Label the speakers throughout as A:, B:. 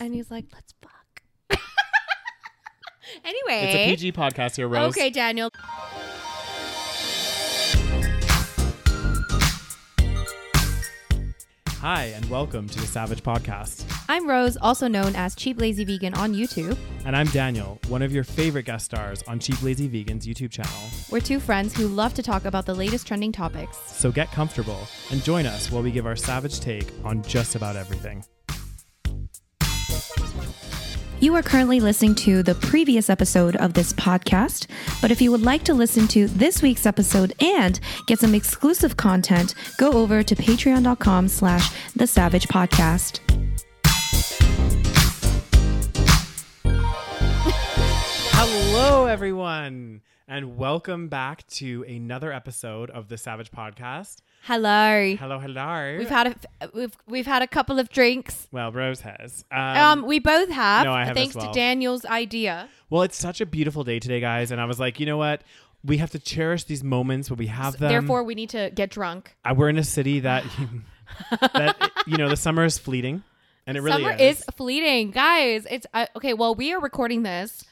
A: And he's like, let's fuck. anyway.
B: It's a PG podcast here, Rose.
A: Eh? Okay, Daniel.
B: Hi, and welcome to the Savage Podcast.
A: I'm Rose, also known as Cheap Lazy Vegan on YouTube.
B: And I'm Daniel, one of your favorite guest stars on Cheap Lazy Vegan's YouTube channel.
A: We're two friends who love to talk about the latest trending topics.
B: So get comfortable and join us while we give our savage take on just about everything.
C: You are currently listening to the previous episode of this podcast, but if you would like to listen to this week's episode and get some exclusive content, go over to patreon.com slash the savage podcast.
B: Hello, everyone, and welcome back to another episode of the Savage Podcast.
A: Hello.
B: Hello, hello.
A: We've had a we've we've had a couple of drinks.
B: well, Rose has. Um,
A: Um, we both have,
B: no, I have as
A: thanks
B: well.
A: to Daniel's idea.
B: well, it's such a beautiful day today, guys, and I was like, you know what? We have to cherish these moments when we have them.
A: Therefore, we need to get drunk.
B: I- we're in a city that, that you know, the summer is fleeting, and it really
A: Summer
B: is.
A: is. fleeting, guys. It's uh, okay. Well, we are recording this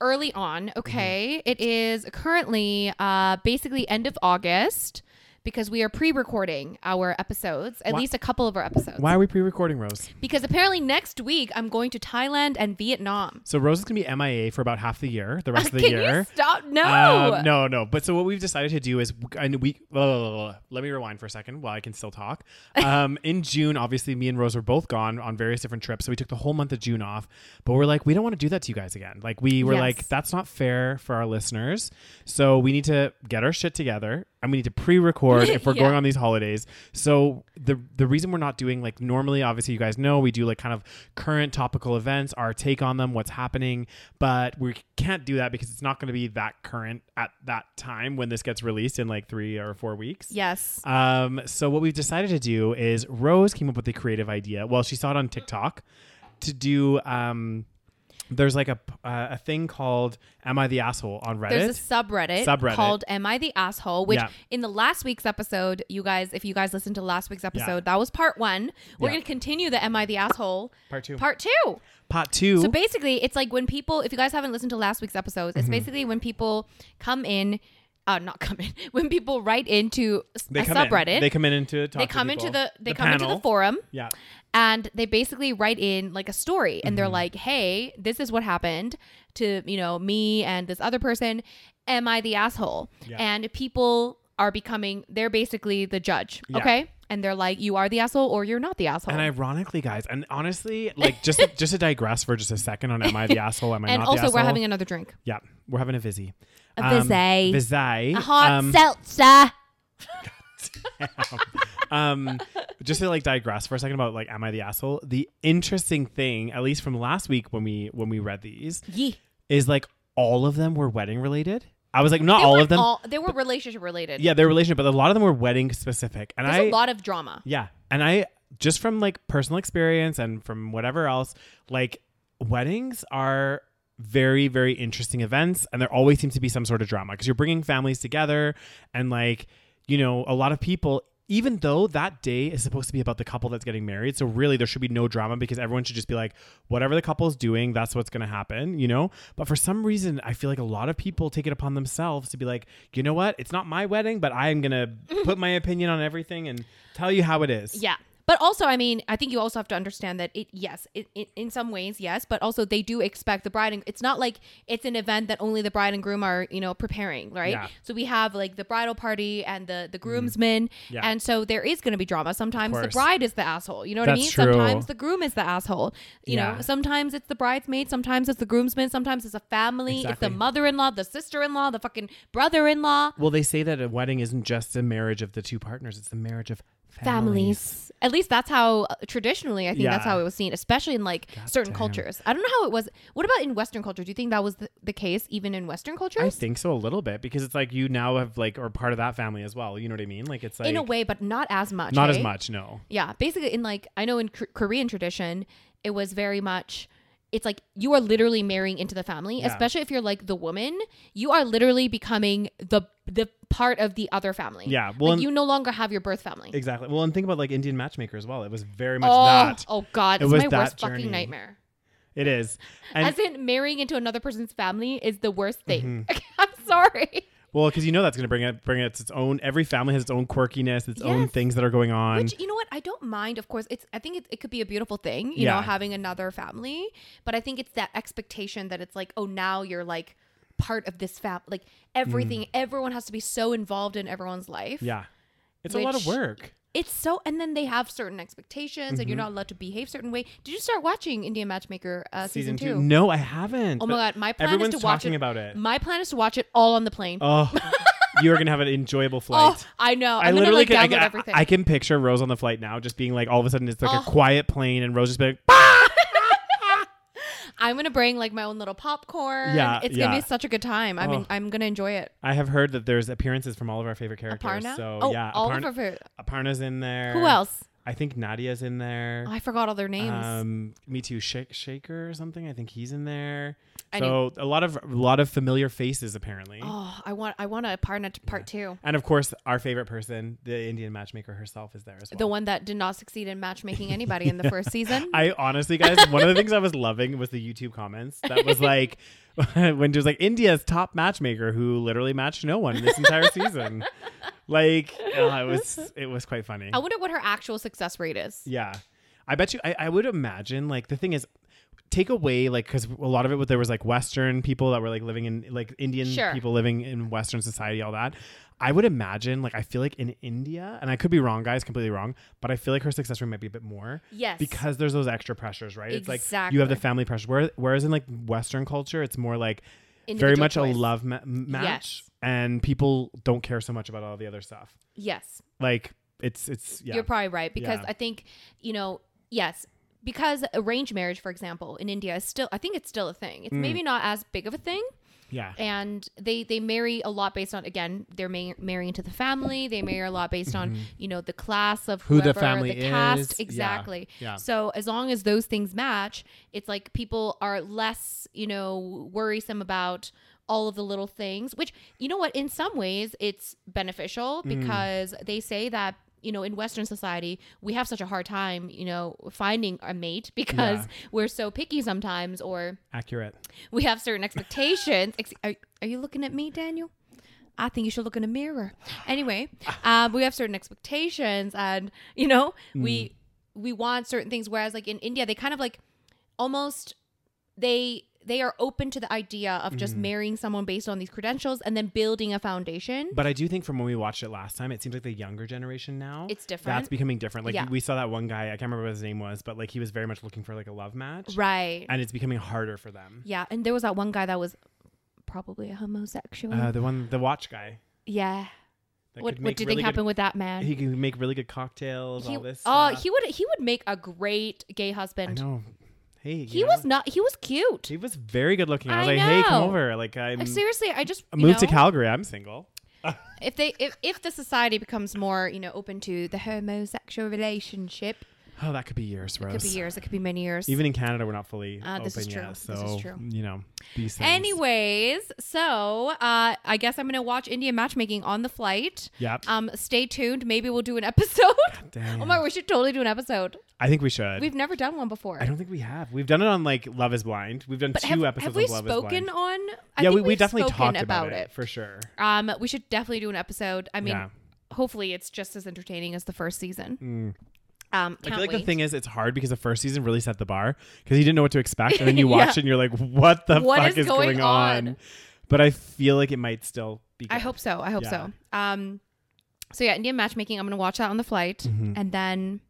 A: early on.
B: Mm-hmm.
A: Okay, It is currently uh, basically end of August because we are pre-recording our episodes, at
B: Why-
A: least a couple of our episodes.
B: Why are we pre-recording, Rose?
A: Because apparently next week I'm going to Thailand and Vietnam.
B: So Rose is gonna be MIA for about half the year, the rest of the
A: Can
B: year.
A: you stop? No.
B: Um, no, no. But so what we've decided to do is, and we blah, blah, blah, blah. let me rewind for a second while I can still talk. Um, in June, obviously, me and Rose were both gone on various different trips, so we took the whole month of June off. But we're like, we don't want to do that to you guys again. Like we were
A: Yes.
B: like, that's not fair for our listeners. So we need to get our shit together, and we need to pre-record if we're
A: Yeah.
B: going on these holidays. So the the reason we're not doing like normally, obviously, you guys know we do like kind of current topical events, our take on them, what's happening, but we can't do that because it's not going to be that current at that time when this gets released in like three or four weeks.
A: Yes.
B: Um, so what we've decided to do is Rose came up with the creative idea. Well, she saw it on TikTok to do. Um, there's like a uh, a thing called "Am I the asshole?" on Reddit.
A: There's a subreddit,
B: Subreddit.
A: called Am I the Asshole? Which
B: Yeah.
A: in the last week's episode, you guys, if you guys listened to last week's episode, that was part one. We're
B: Yeah.
A: going to continue the Am I the Asshole
B: part two.
A: part two.
B: Part two.
A: So basically, it's like when people, if you guys haven't listened to last week's episodes,
B: Mm-hmm.
A: it's basically when people come in, uh, not come in, when people write into s-
B: they
A: a
B: come
A: subreddit.
B: In. They come in into talk
A: they
B: to
A: come into
B: people.
A: the they come into the
B: panel.
A: forum
B: Yeah.
A: and they basically write in like a story and
B: Mm-hmm.
A: they're like hey this is what happened to you know me and this other person am i the asshole
B: Yeah.
A: and people are becoming they're basically the judge
B: Yeah.
A: okay and they're like you are the asshole or you're not the asshole
B: And ironically, guys, and honestly, like just just to digress for just a second on am I the asshole? Am I
A: And
B: not the
A: also
B: asshole?
A: we're having another drink
B: yeah, we're having a vizzy.
A: A
B: Um,
A: vizzy.
B: vizzy.
A: a hard
B: Um,
A: seltzer
B: um, just to like digress for a second about like am I the asshole? The interesting thing, at least from last week when we when we read these,
A: Yee.
B: is like all of them were wedding related. I was like, not
A: They
B: all of
A: weren't
B: them.
A: all, they were relationship related
B: yeah, they're relationship, but a lot of them were wedding specific. And
A: there's
B: I
A: a lot of drama
B: Yeah. And I just from like personal experience and from whatever else, like weddings are very very interesting events and there always seems to be some sort of drama because you're bringing families together and like you know a lot of people even though that day is supposed to be about the couple that's getting married so really there should be no drama because everyone should just be like whatever the couple's doing that's what's going to happen you know but for some reason i feel like a lot of people take it upon themselves to be like you know what it's not my wedding but i am going to put my opinion on everything and tell you how it is
A: Yeah. But also, I mean, I think you also have to understand that it, yes, it, it, in some ways, yes, but also they do expect the bride and it's not like it's an event that only the bride and groom are, you know, preparing, right?
B: Yeah. Mm-hmm.
A: So we have like the bridal party and the the groomsmen,
B: Yeah.
A: and so there is going to be drama. Sometimes the
B: course.
A: bride is the asshole, you know what I
B: That's
A: mean?
B: true.
A: Sometimes the groom is the asshole, you
B: Yeah.
A: know. Sometimes it's the bridesmaid, sometimes it's the groomsmen, sometimes it's a family, it's
B: Exactly.
A: the mother-in-law, the sister-in-law, the fucking brother-in-law,
B: well they say that a wedding isn't just a marriage of the two partners it's the marriage of families.
A: families. At least that's how uh, traditionally I think that's
B: Yeah.
A: how it was seen, especially in like certain
B: damn.
A: cultures. I don't know how it was. What about in Western culture? Do you think that was the, the case even in Western
B: I
A: cultures?
B: think so a little bit because it's like you now have like are part of that family as well. You know what I mean? Like it's like
A: in a way, but not as much.
B: not as
A: eh?
B: much. No,
A: Yeah, basically in like I know in K- Korean tradition, it was very much. it's like you are literally marrying into the family,
B: Yeah.
A: especially if you're like the woman. You are literally becoming the the part of the other family.
B: Yeah, well,
A: well,
B: and-
A: you no longer have your birth family.
B: Exactly. Well, and think about like Indian matchmaker as well. It was very much
A: oh,
B: that.
A: oh God,
B: It
A: it's
B: was
A: my
B: that
A: worst
B: journey.
A: fucking nightmare.
B: It is. And
A: As in, marrying into another person's family is the worst thing.
B: Mm-hmm.
A: I'm sorry.
B: well, because you know that's going to bring it bring it its own. Every family has its own quirkiness, its own
A: Yes.
B: things that are going on.
A: Which you know what I don't mind. Of course, it's I think it, it could be a beautiful thing, you
B: Yeah.
A: know, having another family. But I think it's that expectation that it's like, oh, now you're like part of this fam. Like everything, everyone has to be so involved in everyone's life.
B: Mm. yeah, it's a lot of
A: Which-
B: work.
A: it's so. And then they have certain expectations, and
B: Mm-hmm.
A: you're not allowed to behave certain way. Did you start watching Indian Matchmaker uh, season, two?
B: No, I haven't.
A: Oh my god, my plan
B: Everyone's
A: is to watch
B: talking
A: it.
B: about it.
A: My plan is to watch it all on the plane.
B: Oh, you are gonna have an enjoyable
A: oh,
B: flight.
A: I know.
B: I
A: I'm gonna
B: literally
A: like
B: can, I,
A: download
B: can-
A: everything.
B: I can picture Rose on the flight now, just being like, all of a sudden, it's like
A: Oh.
B: a quiet plane, and Rose just being, like, "Bah!"
A: I'm gonna bring like my own little popcorn.
B: Yeah,
A: it's
B: yeah.
A: gonna be such a good time. I'm
B: Oh.
A: I'm gonna enjoy it.
B: I have heard that there's appearances from all of our favorite characters.
A: Aparna.
B: So
A: oh,
B: yeah,
A: all
B: Aparna-
A: of her.
B: Aparna's in there.
A: Who else?
B: I think Nadia's in there.
A: Oh, I forgot all their names.
B: Um, me too. Shak Shaker or something. I think he's in there.
A: I
B: so a lot of a lot of familiar faces apparently.
A: oh, I want I want a Aparna to part two.
B: And of course, our favorite person, the Indian matchmaker herself, is there as well.
A: The one that did not succeed in matchmaking anybody in the first season.
B: I honestly, guys, one of the things I was loving was the YouTube comments that was like, when it was like India's top matchmaker who literally matched no one this entire season. Like, uh, it was it was quite funny.
A: I wonder what her actual success rate is.
B: Yeah. I bet you, I, I would imagine, like, the thing is, take away, like, because a lot of it, there was like Western people that were like living in, like, Indian
A: Sure.
B: people living in Western society, all that. I would imagine, like, I feel like in India, and I could be wrong, guys, completely wrong, but I feel like her success rate might be a bit more.
A: Yes.
B: Because there's those extra pressures, right? It's like you have
A: Exactly.
B: the family pressure. Where- Whereas in, like, Western culture, it's more like very
A: Individual
B: much
A: choice.
B: a love ma- match, and people don't care so much about all the other stuff.
A: Yes.
B: Like, it's, it's, yeah.
A: You're probably right because
B: Yeah.
A: I think, you know, yes, because arranged marriage, for example, in India is still I think it's still a thing.
B: Mm.
A: It's maybe not as big of a thing,
B: yeah.
A: and they they marry a lot based on again they're ma- marrying to the family they marry a lot based on you know the class of
B: Mm-hmm. Who
A: whoever,
B: the family is.
A: cast
B: Yeah.
A: exactly
B: Yeah.
A: so as long as those things match it's like people are less you know worrisome about all of the little things which you know what in some ways it's beneficial
B: Mm.
A: because they say that you know in western society we have such a hard time you know finding a mate because we're so picky sometimes or
B: Accurate.
A: we have certain expectations. Ex- Are, are you looking at me, Daniel? I think you should look in a mirror. Anyway, um, we have certain expectations, and you know,
B: Hmm.
A: we we want certain things. Whereas, like in India, they kind of like almost they they are open to the idea of
B: Hmm.
A: just marrying someone based on these credentials and then building a foundation.
B: But I do think from when we watched it last time, it seems like the younger generation now.
A: It's different.
B: That's becoming different. Like
A: Yeah.
B: we saw that one guy, I can't remember what his name was, but like he was very much looking for like a love match.
A: right?
B: And it's becoming harder for them.
A: yeah, and there was that one guy that was probably a homosexual.
B: Uh, the one, the watch guy.
A: yeah.
B: that
A: What
B: could
A: what
B: make
A: do you
B: really
A: think
B: good-
A: happened with that man?
B: He could make really good cocktails.
A: he,
B: all this.
A: oh,
B: stuff.
A: he would he would make a great gay
B: uh, I
A: husband.
B: know. Hey,
A: He
B: you know,
A: was not. He was cute.
B: He was very good looking. I was
A: I
B: like, hey, come
A: know.
B: over. Like I'm,
A: Uh, Seriously, I just
B: I
A: you
B: moved to
A: know,
B: Calgary. I'm single.
A: If they if, if the society becomes more you know open to the homosexual relationship,
B: Oh, that could be years, Rose.
A: it could be years. It could be many years.
B: Even in Canada, we're not fully
A: Uh,
B: open
A: this is
B: yet. So
A: true. This is true.
B: you know, these things.
A: Anyways, so uh, I guess I'm gonna watch Indian matchmaking on the flight.
B: Yep.
A: Um, stay tuned. Maybe we'll do an episode.
B: Damn.
A: Oh my, we should totally do an episode.
B: I think we should.
A: We've never done one before.
B: I don't think we have. We've done it on like Love Is Blind. We've done
A: but
B: two
A: have,
B: episodes
A: have we
B: of Love Is
A: spoken
B: Blind.
A: on? I
B: yeah,
A: think
B: we, we
A: we've
B: definitely
A: spoken
B: talked about, it, for sure.
A: Um, we should definitely do an episode. I mean,
B: Yeah.
A: hopefully it's just as entertaining as the first season. Um,
B: Mm. I
A: can't
B: feel like
A: wait.
B: the thing is, it's hard because the first season really set the bar because you didn't know what to expect, and then you watch it and you're like, "What the
A: What
B: fuck
A: is
B: is
A: going
B: going on?
A: on?
B: But I feel like it might still be. Good.
A: I hope so. I hope
B: Yeah.
A: so. Um, so yeah, Indian matchmaking. I'm gonna watch that on the flight,
B: Mm-hmm.
A: and then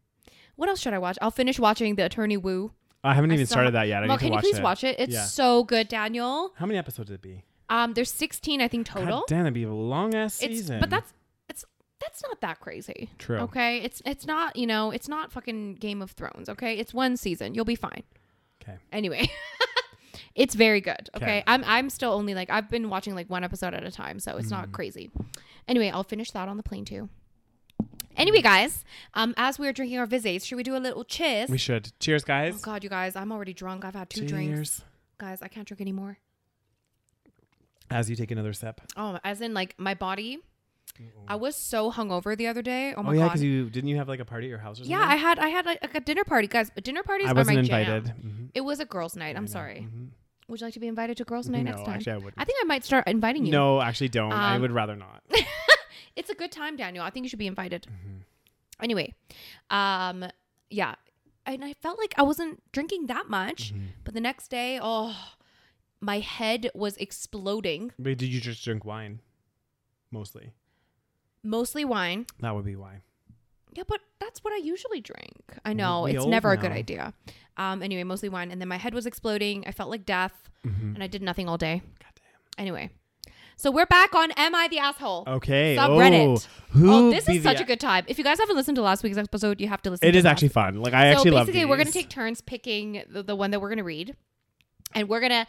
A: what else should I watch? I'll finish watching the Attorney Woo.
B: I haven't even
A: saw-
B: started that yet. I
A: Well,
B: need
A: can
B: to watch
A: you please
B: it.
A: watch it? It's
B: Yeah.
A: so good, Daniel.
B: How many episodes did it be?
A: Um, there's 16, I think total.
B: God damn, it'd be a long ass
A: it's
B: season.
A: but that's it's that's not that crazy.
B: True.
A: Okay, it's it's not you know it's not fucking Game of Thrones. Okay, it's one season. You'll be fine.
B: okay.
A: Anyway, it's very good. Okay?
B: Okay.
A: I'm I'm still only like I've been
B: Mm.
A: watching like one episode at a time, so it's not crazy. Anyway, I'll finish that on the plane too. Anyway, guys, um, as we are drinking our vises, should we do a little cheers?
B: We should. Cheers, guys.
A: oh God, you guys, I'm already drunk. I've had two
B: Cheers.
A: drinks, guys. I can't drink anymore.
B: As you take another sip.
A: Oh, as in like my body. I was so hungover the other day. Oh
B: Mm. Oh,
A: my
B: yeah,
A: god.
B: because you didn't you have like a party at your house or something?
A: yeah, I had I had like a dinner party, guys. Dinner parties
B: I
A: are my
B: wasn't
A: jam.
B: invited. Mhm.
A: It was a girls' night. I'm sorry. Would you like to be invited to girls' night
B: Mm-hmm. No,
A: next time?
B: actually, I wouldn't.
A: I think I might start inviting you.
B: No, actually, don't. I
A: Um,
B: would rather not. Mm-hmm.
A: it's a good time, Daniel. I think you should be invited. Anyway, um, yeah, and I felt like I wasn't drinking that much,
B: Mm-hmm.
A: but the next day, oh, my head was exploding.
B: But did you just drink wine? Mostly.
A: Mostly wine.
B: That would be why.
A: Yeah, but that's what I usually drink. I know
B: we
A: it's
B: old
A: never a good
B: now.
A: idea. Um, anyway, mostly wine, and then my head was exploding. I felt like death, and I did nothing all day.
B: Mm-hmm. Goddamn.
A: Anyway, so we're back on "Am I the Asshole?"
B: Okay.
A: Subreddit.
B: Oh, who
A: oh, this
B: be
A: is
B: the-
A: such a good time. If you guys haven't listened to last week's episode, you have to listen.
B: It
A: to
B: is
A: last-
B: actually fun. Like I
A: so
B: actually love.
A: basically, we're gonna
B: these.
A: take turns picking the, the one that we're gonna read, and we're gonna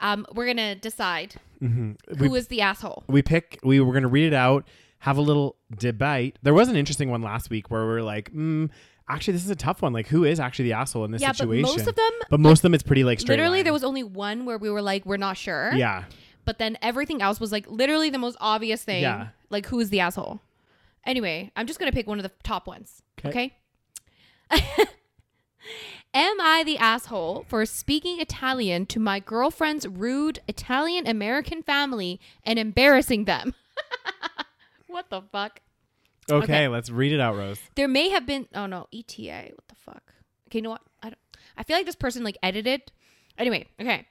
A: um, we're gonna decide
B: Mm-hmm.
A: who is the asshole.
B: we pick we were going to read it out have a little debate there was an interesting one last week where we are like mm, actually this is a tough one like who is actually the asshole in this
A: Yeah, but
B: situation
A: most of them-
B: but most of them it's pretty like straight
A: Literally,
B: line.
A: there was only one where we were like, we're not sure.
B: yeah
A: But then everything else was like literally the most obvious thing.
B: Yeah.
A: Like, who is the asshole? Anyway, I'm just gonna pick one of the top ones.
B: 'Kay.
A: okay? Am I the asshole for speaking Italian to my girlfriend's rude Italian American family and embarrassing them? what the fuck?
B: okay,
A: Okay.
B: let's read it out rose
A: There may have been oh no, ETA. What the fuck? Okay, you know what? I don't I feel like this person like edited. Anyway, okay.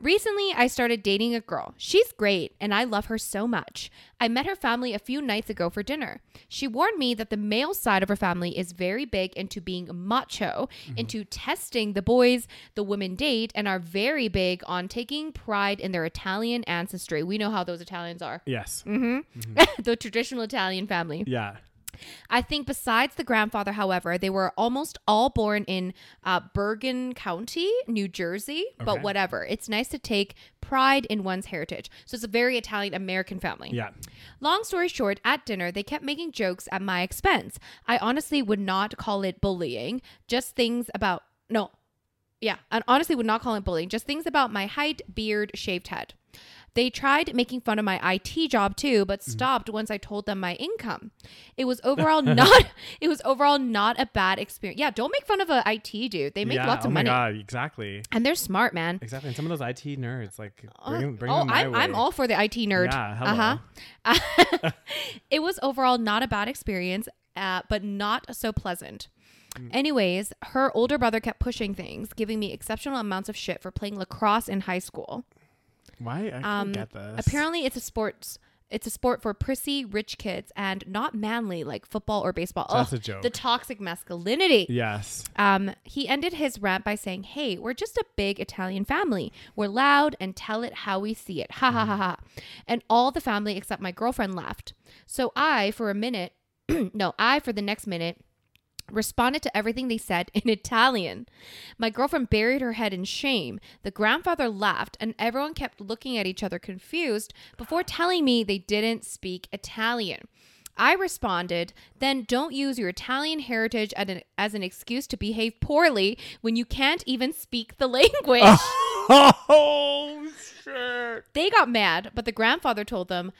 A: Recently, I started dating a girl. She's great, and I love her so much. I met her family a few nights ago for dinner. She warned me that the male side of her family is very big into being macho, into testing the boys the women date, and are very big on taking pride in their Italian ancestry. We know how those Italians are
B: yes
A: the traditional Italian family.
B: yeah
A: I think besides the grandfather, however, they were almost all born in uh, Bergen County, New Jersey.
B: Okay.
A: But whatever, it's nice to take pride in one's heritage. So it's a very Italian American family.
B: yeah
A: Long story short, at dinner, they kept making jokes at my expense. I honestly would not call it bullying, just things about, no, yeah, I honestly would not call it bullying, just things about my height, beard, shaved head. They tried making fun of my IT job too, but
B: Mm-hmm.
A: stopped once I told them my income. It was overall not it was overall not a bad experience. Yeah, don't make fun of a IT dude. They make
B: yeah.
A: lots of
B: oh
A: money.
B: my god exactly
A: And they're smart, man.
B: exactly and some of those it nerds like bring, them-
A: Uh,
B: bring
A: oh,
B: them my
A: I'm,
B: way.
A: I'm all for the IT nerd.
B: Yeah, hello.
A: Uh-huh. it was overall not a bad experience, uh, but not so pleasant.
B: Mm.
A: Anyways, her older brother kept pushing things, giving me exceptional amounts of shit for playing lacrosse in high school.
B: why i
A: Um,
B: can't get this
A: Apparently, it's a sports. It's a sport for prissy rich kids and not manly like football or baseball. Oh,
B: That's a joke.
A: The toxic masculinity.
B: yes
A: Um, he ended his rant by saying, Hey, we're just a big Italian family. We're loud and tell it how we see it. Ha ha ha ha. And all the family except my girlfriend laughed. So I, for a minute, no, I, for the next minute, responded to everything they said in Italian. My girlfriend buried her head in shame. The grandfather laughed, and everyone kept looking at each other confused before telling me they didn't speak Italian. I responded, then don't use your Italian heritage as an, as an excuse to behave poorly when you can't even speak the language.
B: oh shit
A: They got mad, but the grandfather told them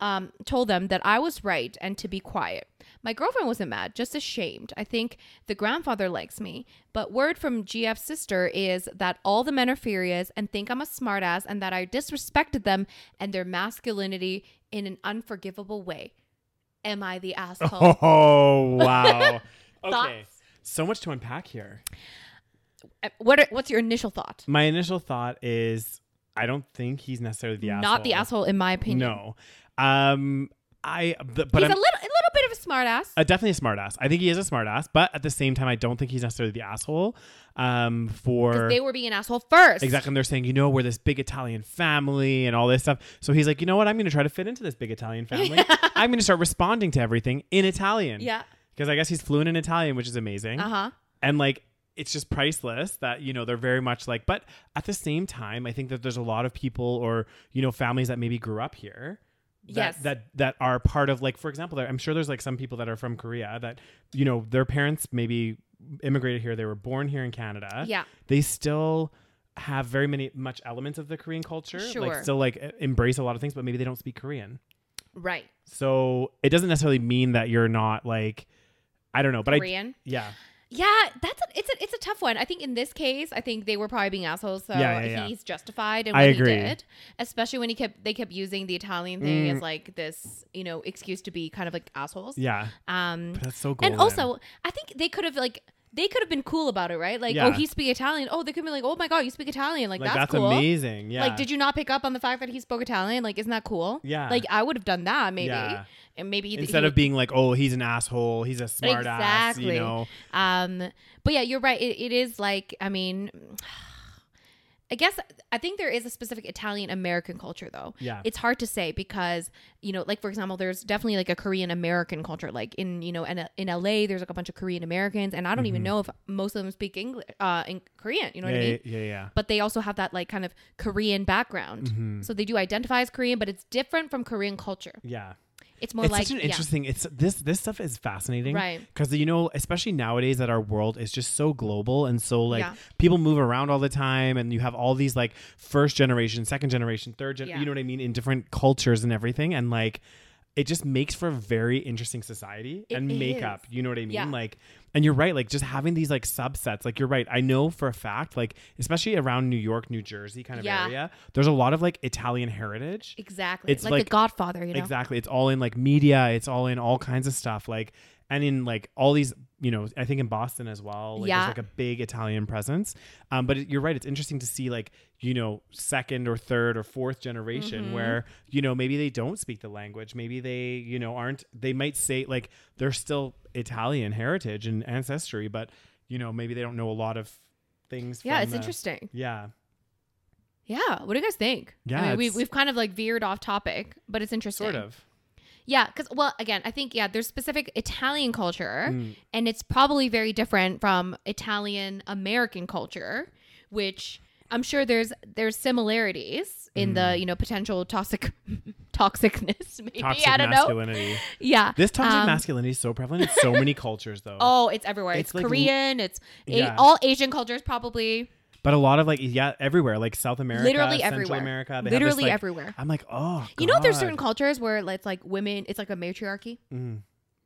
A: um, told them that I was right and to be quiet. My girlfriend wasn't mad, just ashamed. I think the grandfather likes me, but word from GF's sister is that all the men are furious and think I'm a smartass and that I disrespected them and their masculinity in an unforgivable way. Am I the asshole?
B: oh wow okay
A: Thoughts?
B: so much to unpack here
A: Uh, What are, what's your initial thought?
B: My initial thought is I don't think he's necessarily the asshole.
A: Not the asshole, in my opinion.
B: No. Um I th- but
A: he's
B: I'm
A: a little, a little bit of a smartass.
B: uh, definitely a smartass. I think he is a smartass, but at the same time I don't think he's necessarily the asshole. Um for
A: because they were being an asshole first.
B: Exactly. And they're saying, you know, we're this big Italian family and all this stuff. So he's like, you know what? I'm going to try to fit into this big Italian family. I'm going to start responding to everything in Italian.
A: Yeah.
B: Because I guess he's fluent in Italian, which is amazing.
A: Uh huh.
B: and like it's just priceless that you know they're very much like but at the same time i think that there's a lot of people or you know families that maybe grew up here that,
A: Yes.
B: that that are part of like for example there i'm sure there's like some people that are from korea that you know their parents maybe immigrated here they were born here in canada
A: Yeah.
B: they still have very many much elements of the korean culture like
A: Sure.
B: still like e- embrace a lot of things but maybe they don't speak korean
A: Right.
B: so it doesn't necessarily mean that you're not like i don't know but i
A: Korean.
B: yeah
A: Yeah, that's a, it's a it's a tough one. I think in this case, I think they were probably being assholes, so
B: Yeah, yeah, yeah.
A: he's justified in
B: I
A: what he
B: agree.
A: did. Especially when he kept they kept using the Italian thing as like this, you know, excuse to be kind of like assholes.
B: Mm. yeah
A: Um
B: but that's so cool
A: and also I think they could have like they could have been cool about it, right? Like,
B: Yeah.
A: oh, he speak Italian. Oh, they could be like, oh my god, you speak Italian. Like,
B: like
A: that's,
B: that's,
A: cool.
B: amazing yeah
A: Like, did you not pick up on the fact that he spoke Italian? Like, isn't that cool?
B: Yeah.
A: Like, I would have done that maybe,
B: Yeah.
A: and maybe he-
B: instead
A: he-
B: of being like oh he's an asshole he's a smart ass you
A: Exactly.
B: know
A: Um, but yeah, you're right. It, it is like, I mean, I guess I think there is a specific Italian American culture though.
B: Yeah.
A: It's hard to say because, you know, like for example, there's definitely like a Korean American culture. Like in, you know, in, in LA, there's like a bunch of Korean Americans and I don't
B: Mm-hmm.
A: even know if most of them speak English, uh, in Korean, you know
B: yeah,
A: what I mean?
B: yeah yeah yeah
A: But they also have that like kind of Korean background.
B: Mm-hmm.
A: So they do identify as Korean, but it's different from Korean culture.
B: yeah
A: It's more
B: it's
A: like,
B: such an
A: yeah.
B: interesting it's this this stuff is fascinating
A: Right.
B: because you know especially nowadays that our world is just so global and so like
A: Yeah.
B: people move around all the time and you have all these like first generation second generation third gen
A: Yeah.
B: you know what i mean in different cultures and everything and like it just makes for a very interesting society
A: It
B: and makeup
A: is.
B: you know what i mean
A: Yeah.
B: like and you're right like just having these like subsets like you're right i know for a fact like especially around new york new jersey kind of
A: Yeah.
B: area there's a lot of like italian heritage
A: Exactly.
B: It's
A: like,
B: like-
A: the Godfather, you know?
B: Exactly. It's all in like media. It's all in all kinds of stuff. Like and in like all these, you know, I think in Boston as well. Like
A: Yeah.
B: there's like a big Italian presence. Um, but it- you're right. It's interesting to see like you know second or third or fourth generation
A: Mm-hmm.
B: where you know maybe they don't speak the language. Maybe they you know aren't. They might say like they're still Italian heritage and ancestry, but you know maybe they don't know a lot of things.
A: Yeah,
B: from
A: it's
B: the-
A: interesting.
B: Yeah.
A: Yeah. What do you guys think?
B: Yeah,
A: I mean, we,
B: it's-
A: we've kind of like veered off topic, but it's interesting.
B: Sort of.
A: Yeah. Because, well, again, I think, yeah, there's specific Italian culture,
B: Mm.
A: and it's probably very different from Italian American culture, which. I'm sure there's there's similarities in
B: Mm.
A: the you know potential toxic toxicness maybe
B: Toxic
A: I don't know
B: masculinity.
A: yeah
B: This toxic
A: Um,
B: masculinity is so prevalent in so many cultures, though.
A: oh it's everywhere
B: It's
A: it's,
B: like-
A: Korean it's a-
B: Yeah.
A: all Asian cultures probably
B: But a lot of like, yeah, everywhere, like South America,
A: Literally
B: Central
A: everywhere.
B: America, they have this,
A: literally
B: like-
A: everywhere
B: I'm like, oh,
A: you know there's
B: God.
A: certain cultures where it's like women it's like a matriarchy
B: Mm.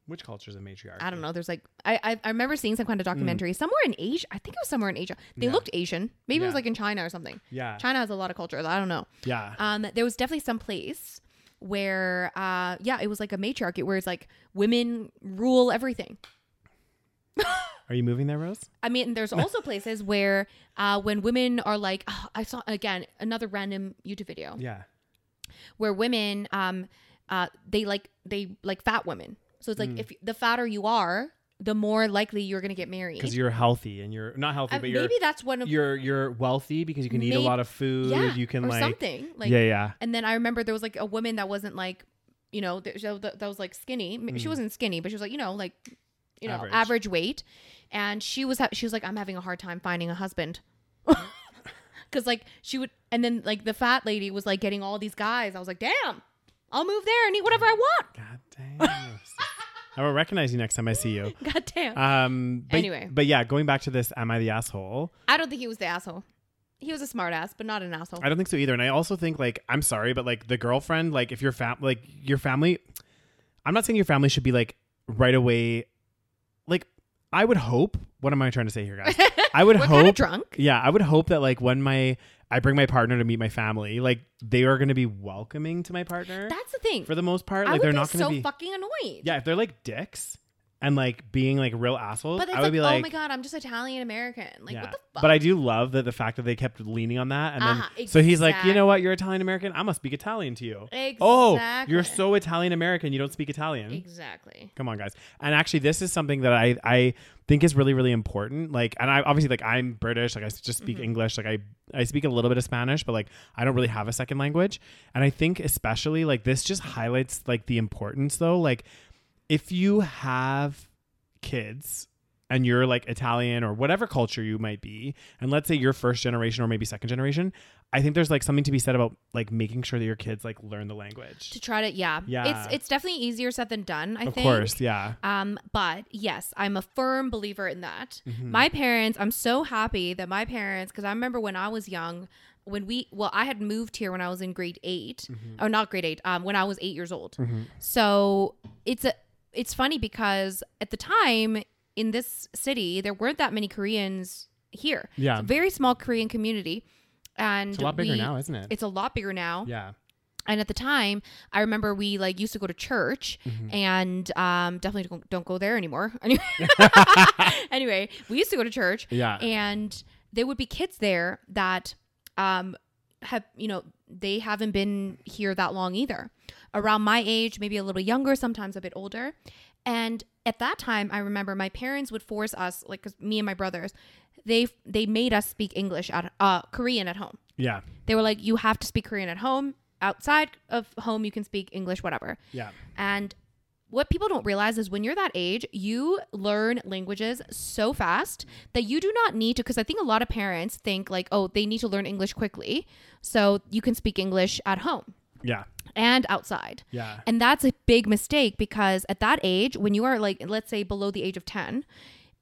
B: Which culture is a matriarch?
A: I don't know. There's like I I, I remember seeing some kind of documentary somewhere in Asia. I think it was somewhere in Asia. They
B: Hmm. Yeah.
A: looked Asian. Maybe it
B: Yeah.
A: was like in China or something.
B: Yeah,
A: China has a lot of cultures. I don't know.
B: yeah,
A: Um, there was definitely some place where uh yeah it was like a matriarchy where it's like women rule everything.
B: Are you moving there, Rose?
A: I mean, there's also places where uh when women are like oh, I saw again another random YouTube video
B: Yeah,
A: where women um uh they like they like fat women. So it's like
B: Hmm.
A: if the fatter you are, the more likely you're gonna get married.
B: because you're healthy and you're not healthy,
A: Uh,
B: but you're
A: maybe that's one of
B: you're you're wealthy because you can eat a
A: Maybe-
B: lot of food.
A: yeah,
B: you can
A: or
B: like
A: something like
B: yeah, yeah,
A: And then I remember there was like a woman that wasn't like, you know, th- so th- that was like skinny. M- She wasn't skinny, but she was like, you know, like, you know,
B: Mm. Average.
A: average, weight. And she was ha- she was like, I'm having a hard time finding a husband. Cause like she would, and then like the fat lady was like getting all these guys. I was like, damn, I'll move there and eat whatever I want.
B: God damn. I will recognize you next time I see you.
A: God damn.
B: Um, but,
A: Anyway.
B: but yeah, going back to this, am I the asshole?
A: I don't think he was the asshole. He was a smart ass, but not an asshole.
B: I don't think so either. And I also think like I'm sorry, but like the girlfriend, like if your fam like your family I'm not saying your family should be like right away like I would hope what am I trying to say here, guys? I would
A: We're
B: hope
A: kind of drunk.
B: Yeah, I would hope that like when my I bring my partner to meet my family, like they are gonna be welcoming to my partner
A: That's the thing.
B: for the most part.
A: I
B: Like
A: would
B: they're
A: be
B: not gonna
A: so
B: be
A: fucking annoyed.
B: Yeah, if they're like dicks and like being like real assholes,
A: But it's
B: I would
A: like,
B: be like
A: oh my god, I'm just Italian American. Like,
B: yeah.
A: what the fuck?
B: But I do love that the fact that they kept leaning on that, and then
A: Uh-huh,
B: so he's like, you know what, you're Italian American. I must speak Italian to you. Oh, you're
A: Exactly.
B: so Italian American. You don't speak Italian.
A: Exactly.
B: Come on, guys. And actually, this is something that I I think is really really important. Like, and I obviously like I'm British. Like I s- just
A: Mm-hmm.
B: speak English. Like I I speak a little bit of Spanish, but like I don't really have a second language. And I think especially like this just highlights like the importance though. Like if you have kids and you're like Italian or whatever culture you might be, and let's say you're first generation or maybe second generation, I think there's like something to be said about like making sure that your kids like learn the language.
A: to try to yeah
B: Yeah.
A: it's it's definitely easier said than done i
B: Of
A: think
B: course, yeah.
A: um but yes i'm a firm believer in that
B: Mm-hmm.
A: my parents i'm so happy that my parents because i remember when i was young when we well i had moved here when i was in grade 8
B: Mm-hmm.
A: or not grade eight um when i was eight years old so it's a it's funny because at the time in this city there weren't that many koreans here
B: Yeah.
A: It's a very small korean community and
B: It's a lot bigger
A: we-
B: now, isn't it?
A: it's a lot bigger now
B: yeah.
A: and at the time, I remember we like used to go to church,
B: Mm-hmm.
A: and um, definitely don't, don't go there anymore. Anyway, anyway, we used to go to church,
B: Yeah.
A: and there would be kids there that um, have you know they haven't been here that long either, around my age, maybe a little younger, sometimes a bit older, and at that time, I remember my parents would force us, like 'cause me and my brothers, they they made us speak English at uh, Korean at home
B: yeah.
A: they were like you have to speak korean at home outside of home you can speak english whatever
B: Yeah.
A: and what people don't realize is when you're that age you learn languages so fast that you do not need to because i think a lot of parents think like oh they need to learn english quickly so you can speak english at home
B: Yeah.
A: and outside
B: Yeah.
A: and that's a big mistake because at that age, when you are like, let's say below the age of 10,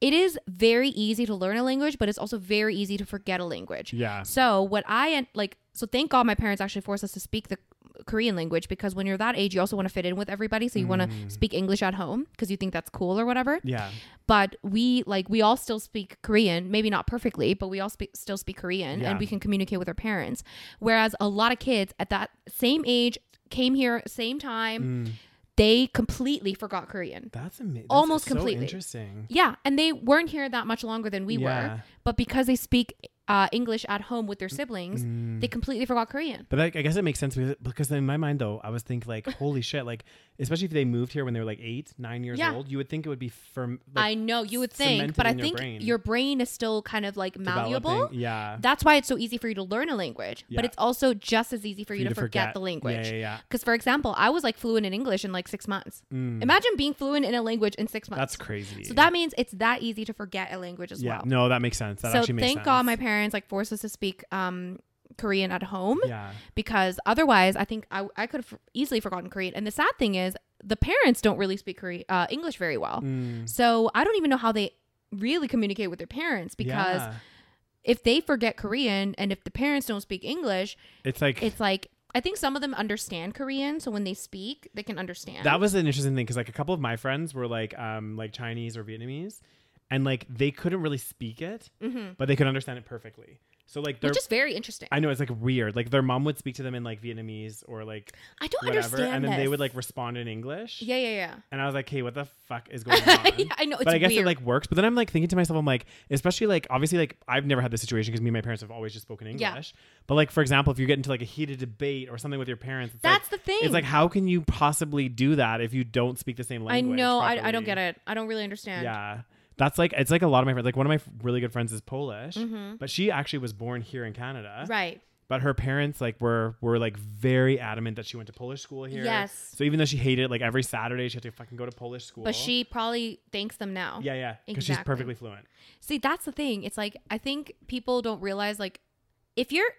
A: it is very easy to learn a language, but it's also very easy to forget a language.
B: Yeah.
A: So, what I like, so thank God my parents actually forced us to speak the Korean language because when you're that age, you also want to fit in with everybody. So, you want to speak English at home because you think that's cool or whatever.
B: Yeah.
A: But we like, we all still speak Korean, maybe not perfectly, but we all speak, still speak Korean
B: Yeah.
A: and we can communicate with our parents. Whereas a lot of kids at that same age came here, same time they completely forgot Korean.
B: That's amazing.
A: Almost
B: so
A: completely.
B: interesting.
A: Yeah, and they weren't here that much longer than we
B: Yeah. Mm,
A: were. But because they speak uh, English at home with their siblings, they completely forgot Korean.
B: But like, I guess it makes sense because, because in my mind though, I was thinking like, holy shit, like especially if they moved here when they were like eight, nine years
A: Yeah.
B: old, you would think it would be firm.
A: I
B: Like,
A: know you would
B: cemented
A: think, but I
B: in your
A: think
B: brain.
A: your brain is still kind of like malleable.
B: developing- Yeah.
A: That's why it's so easy for you to learn a language, but
B: Yeah.
A: it's also just as easy for, you,
B: you
A: to
B: to
A: forget,
B: forget.
A: the
B: Yeah,
A: language.
B: yeah, yeah.
A: Because, for example, I was like fluent in English in like six months. Imagine being fluent in a language in six months.
B: Mm. That's crazy.
A: So that means it's that easy to forget a language as
B: yeah.
A: well.
B: No, that makes sense. That
A: so
B: actually makes
A: thank
B: sense.
A: God my parents like forced us to speak um Korean at home
B: Yeah.
A: because otherwise I think I, I could have easily forgotten Korean. And the sad thing is the parents don't really speak Korean uh, English very well.
B: Mm.
A: So I don't even know how they really communicate with their parents because
B: Yeah.
A: if they forget Korean and if the parents don't speak English,
B: it's like
A: it's like I think some of them understand Korean, so when they speak, they can understand.
B: That was an interesting thing because like a couple of my friends were like um like Chinese or Vietnamese, and like they couldn't really speak it, but they could understand it perfectly. So like they're.
A: which Mm-hmm. is very interesting.
B: I know it's like weird. Like their mom would speak to them in like Vietnamese or like
A: I don't
B: whatever,
A: understand.
B: and then they
A: this.
B: would like respond in English.
A: Yeah, yeah, yeah.
B: And I was like, hey, what the fuck is going on?
A: Yeah, I know,
B: But
A: it's
B: I guess it
A: weird.
B: like works. But then I'm like thinking to myself, I'm like, especially like obviously like I've never had this situation because me and my parents have always just spoken English.
A: Yeah.
B: But like for example, if you get into like a heated debate or something with your parents, it's
A: That's
B: like-
A: the thing.
B: It's like how can you possibly do that if you don't speak the same
A: I
B: language?
A: know. I, I don't
B: properly?
A: get it. I don't really understand.
B: Yeah. That's like it's like a lot of my friends. Like one of my f- really good friends is Polish, but she actually was born here in Canada.
A: Mm-hmm. Right.
B: But her parents like were were like very adamant that she went to Polish school here.
A: Yes.
B: So even though she hated it, like every Saturday she had to fucking go to Polish school.
A: But she probably thanks them now.
B: Yeah, yeah. Because she's
A: Exactly.
B: perfectly fluent.
A: See, that's the thing. It's like I think people don't realize like if you're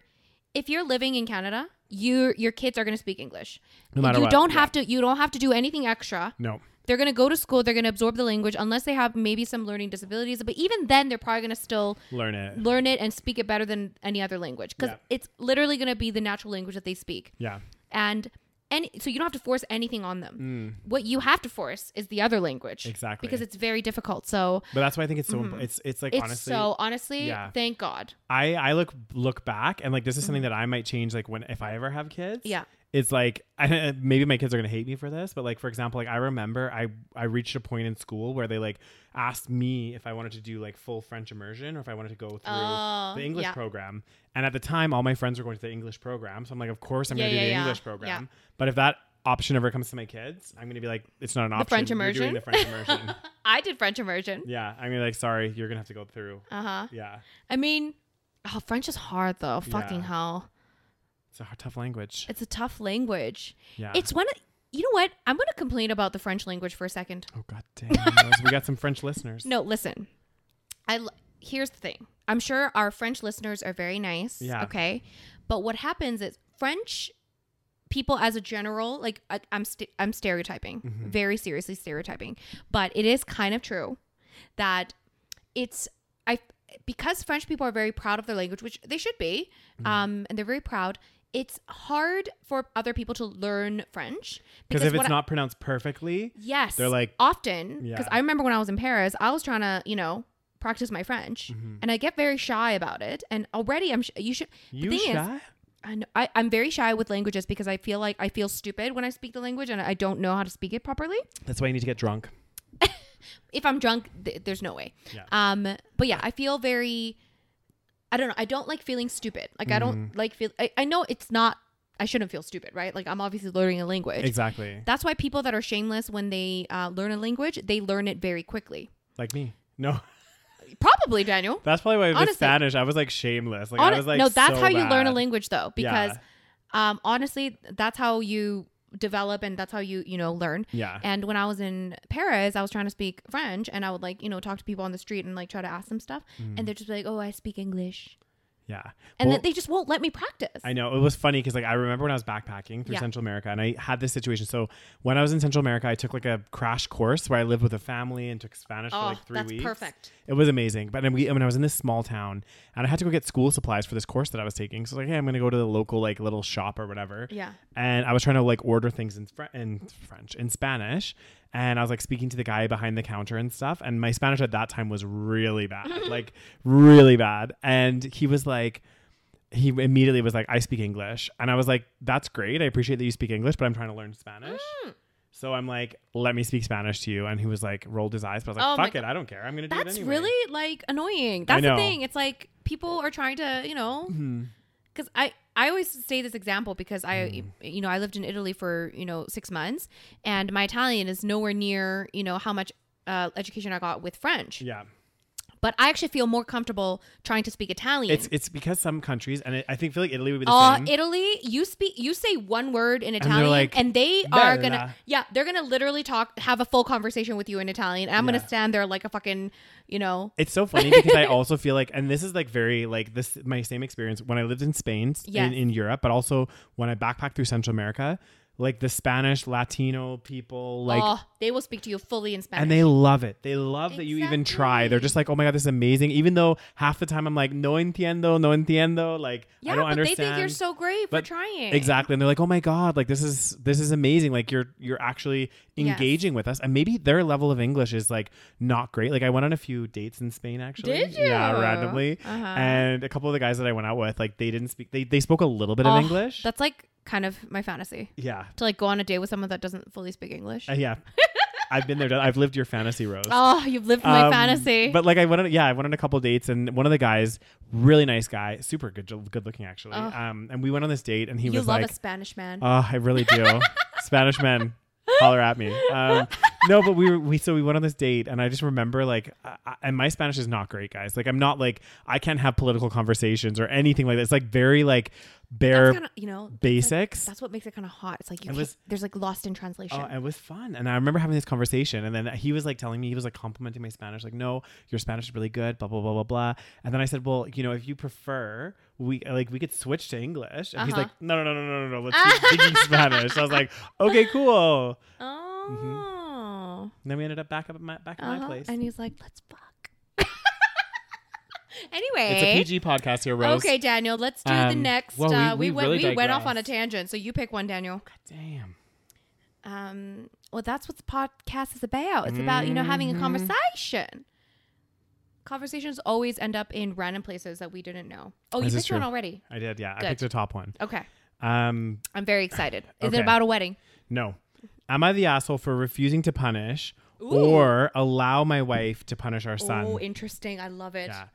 A: if you're living in Canada, your your kids are going to speak English.
B: No matter
A: you
B: what,
A: don't
B: yeah.
A: have to you don't have to do anything extra.
B: No.
A: They're going to go to school, they're going to absorb the language unless they have maybe some learning disabilities, but even then they're probably going to still
B: Learn it.
A: learn it and speak it better than any other language cuz
B: Yeah.
A: it's literally going to be the natural language that they speak.
B: Yeah.
A: and and so you don't have to force anything on them. What you have to force is the other language,
B: Mm. Exactly.
A: because it's very difficult. So
B: But that's why I think it's so important. It's it's like
A: it's
B: honestly
A: so honestly,
B: yeah.
A: thank God.
B: I I look look back and like this is something that I might change like when if I ever have kids.
A: Mm-hmm. Yeah.
B: It's like I, maybe my kids are gonna hate me for this, but like for example, like I remember I I reached a point in school where they like asked me if I wanted to do like full French immersion or if I wanted to go through
A: Oh,
B: the English
A: yeah.
B: program. And at the time, all my friends were going to the English program, so I'm like, of course I'm
A: Yeah,
B: gonna do
A: yeah,
B: the
A: yeah.
B: English program. But if that option ever comes to my kids, I'm gonna be like, it's not an option.
A: French
B: You're doing
A: immersion?
B: the French immersion.
A: I did French immersion.
B: yeah, I'm gonna be like, sorry, you're gonna have to go through.
A: Uh huh.
B: Yeah,
A: I mean, oh, French is hard though. Fucking
B: Yeah.
A: hell,
B: it's a hard, tough language.
A: it's a tough language.
B: Yeah.
A: It's one. of- You know what? I'm going to complain about the French language for a second.
B: Oh god damn! Rose, we got some French listeners.
A: No, listen. I l- here's the thing. I'm sure our French listeners are very nice.
B: Yeah.
A: Okay. But what happens is French people, as a general, like I, I'm st- I'm stereotyping,
B: Mm-hmm.
A: very seriously stereotyping, but it is kind of true that it's I because French people are very proud of their language, which they should be,
B: Mm-hmm.
A: um, and they're very proud. It's hard for other people to learn French
B: Because if
A: what
B: it's
A: I-
B: not pronounced perfectly,
A: Yes.
B: They're like-
A: often because
B: Yeah.
A: I remember when I was in Paris, I was trying to, you know, practice my French,
B: Mm-hmm.
A: and I get very shy about it. And already, I'm sh- you should. the
B: you
A: thing is,
B: shy?
A: I know, I, I'm very shy with languages because I feel like I feel stupid when I speak the language and I don't know how to speak it properly.
B: That's why you need to get drunk.
A: If I'm drunk, th- there's no way.
B: Yeah.
A: Um, but yeah, I feel very. I don't know. I don't like feeling stupid. Like I
B: Mm-hmm.
A: don't like feel. I, I know it's not. I shouldn't feel stupid, right? Like I'm obviously learning a language.
B: Exactly.
A: That's why people that are shameless when they uh, learn a language, they learn it very quickly.
B: Like me. No.
A: Probably, Daniel.
B: That's probably why with
A: Honestly.
B: Spanish I was like shameless. Like I
A: Hone-
B: was like
A: no, that's
B: so
A: how you learn a
B: bad.
A: language, though, because
B: Yeah.
A: um, honestly, that's how you develop and that's how you you know learn.
B: Yeah.
A: And when I was in Paris, I was trying to speak French, and I would like you know talk to people on the street and like try to ask them stuff, and they're just like, "Oh, I speak English,"
B: Yeah.
A: and
B: Mm-hmm. Well-
A: then they just won't let me practice.
B: I know it was funny because like I remember when I was backpacking through
A: Yeah.
B: Central America and I had this situation. So when I was in Central America, I took like a crash course where I lived with a family and took Spanish for
A: Oh,
B: like three
A: that's
B: weeks.
A: perfect.
B: It was amazing. But then we, when I was in this small town and I had to go get school supplies for this course that I was taking, so I was like, hey, I'm gonna go to the local like little shop or whatever.
A: Yeah.
B: And I was trying to like order things in, Fr- in French, in Spanish. And I was like speaking to the guy behind the counter and stuff. And my Spanish at that time was really bad, like really bad. And he was like, he immediately was like, I speak English. And I was like, that's great. I appreciate that you speak English, but I'm trying to learn Spanish.
A: Mm.
B: So I'm like, let me speak Spanish to you. And he was like, rolled his eyes, but I was like,
A: Oh my
B: fuck it. I don't care. I'm going to do
A: That's
B: it anyway.
A: really like annoying. That's the
B: know. Mm-hmm.
A: thing. It's like people are trying to, you know, because I I always say this example because I
B: Mm.
A: you know I lived in Italy for you know six months and my Italian is nowhere near you know how much uh, education I got with French,
B: Yeah.
A: but I actually feel more comfortable trying to speak Italian.
B: It's it's because some countries, and I- I think feel like Italy would be the
A: uh,
B: same.
A: Italy, you speak, you say one word in
B: they're
A: Italian, and,
B: like,
A: they are
B: "Bella."
A: gonna, yeah, they're gonna literally talk, have a full conversation with you in Italian, and I'm
B: Yeah.
A: gonna stand there like a fucking, you know,
B: It's so funny because I also feel like, and this is like very like this my same experience when I lived in Spain s-
A: Yes.
B: in, in Europe, but also when I backpacked through Central America, like the Spanish Latino people, like.
A: oh, they will speak to you fully in Spanish.
B: And they love it. They love that you even try. They're just like, oh my god, this is amazing. Even though half the time I'm like, no entiendo, no entiendo. Like,
A: Yeah,
B: I don't
A: but
B: understand.
A: they think you're so great
B: But-
A: for trying.
B: Exactly. And they're like, "Oh my god, like this is this is amazing. Like you're you're actually
A: Yes.
B: engaging with us." And maybe their level of English is like not great. Like I went on a few dates in Spain actually.
A: Did
B: Yeah,
A: you?
B: randomly.
A: Uh-huh.
B: And a couple of the guys that I went out with, like they didn't speak they they spoke a little bit
A: Oh,
B: of English.
A: That's like kind of my fantasy
B: yeah.
A: to like go on a date with someone that doesn't fully speak English.
B: Uh, yeah. I've been there. done- I've lived your fantasy, Rose.
A: oh, you've lived my
B: Um,
A: fantasy.
B: But like I went on, yeah, I went on a couple dates, and one of the guys, really nice guy, super good, good looking actually.
A: Ugh.
B: Um, and we went on this date, and he
A: you
B: was
A: love
B: like,
A: a Spanish man.
B: Oh, I really do. Spanish men holler at me. Um, no, but we were, we so we went on this date, and I just remember like, I, I- and my Spanish is not great, guys. Like, I'm not like I can't have political conversations or anything like that. It's like very like bare.
A: that's kind of you know that's, like-
B: basics.
A: that's what makes it kind of hot. It's like you can't-
B: It was-
A: there's like lost in translation.
B: Oh, it was fun. And I remember having this conversation. And then he was like telling me, he was like complimenting my Spanish, like, no, your Spanish is really good, blah, blah, blah, blah, blah. And then I said, well, you know, if you prefer, we like, we could switch to English. And he's
A: Uh-huh.
B: like, no, no, no, no, no, no, no. Let's keep speaking Spanish. So I was like, okay, cool.
A: oh.
B: And then we ended up back up at my, back at Mm-hmm. my
A: Uh-huh.
B: place.
A: And he's like, let's fuck. anyway.
B: it's a PG podcast here, Rose.
A: Okay, Daniel, let's do the
B: Um,
A: next.
B: well, we-
A: uh,
B: we
A: we, went,
B: really
A: we went off on a
B: digressed.
A: tangent, so you pick one, Daniel.
B: Damn.
A: um well that's what the podcast is about it's about you know
B: Mm-hmm.
A: having a conversation conversations always end up in random places that we didn't know oh
B: This
A: you
B: is
A: picked one
B: true.
A: already
B: I did. Yeah.
A: Good.
B: I picked a top one.
A: okay
B: Um,
A: i'm very excited is
B: Okay.
A: it about a wedding
B: no. Am I the asshole for refusing to punish
A: Ooh.
B: or allow my wife to punish our son?
A: oh interesting i love it
B: Yeah.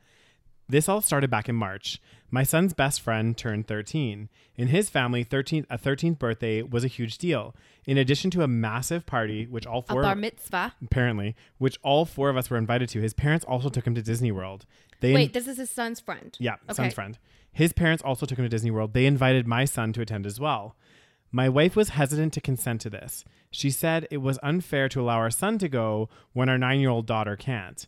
B: This all started back in March. My son's best friend turned 13. In his family, 13th, a 13th birthday was a huge deal. In addition to a massive party, which all
A: a
B: four
A: bar mitzvah
B: apparently, which all four of us were invited to, his parents also took him to Disney World. They
A: wait this is his son's friend
B: yeah,
A: Okay.
B: son's friend. His parents also took him to Disney World. They invited my son to attend as well. My wife was hesitant to consent to this. She said it was unfair to allow our son to go when our nine year old daughter can't.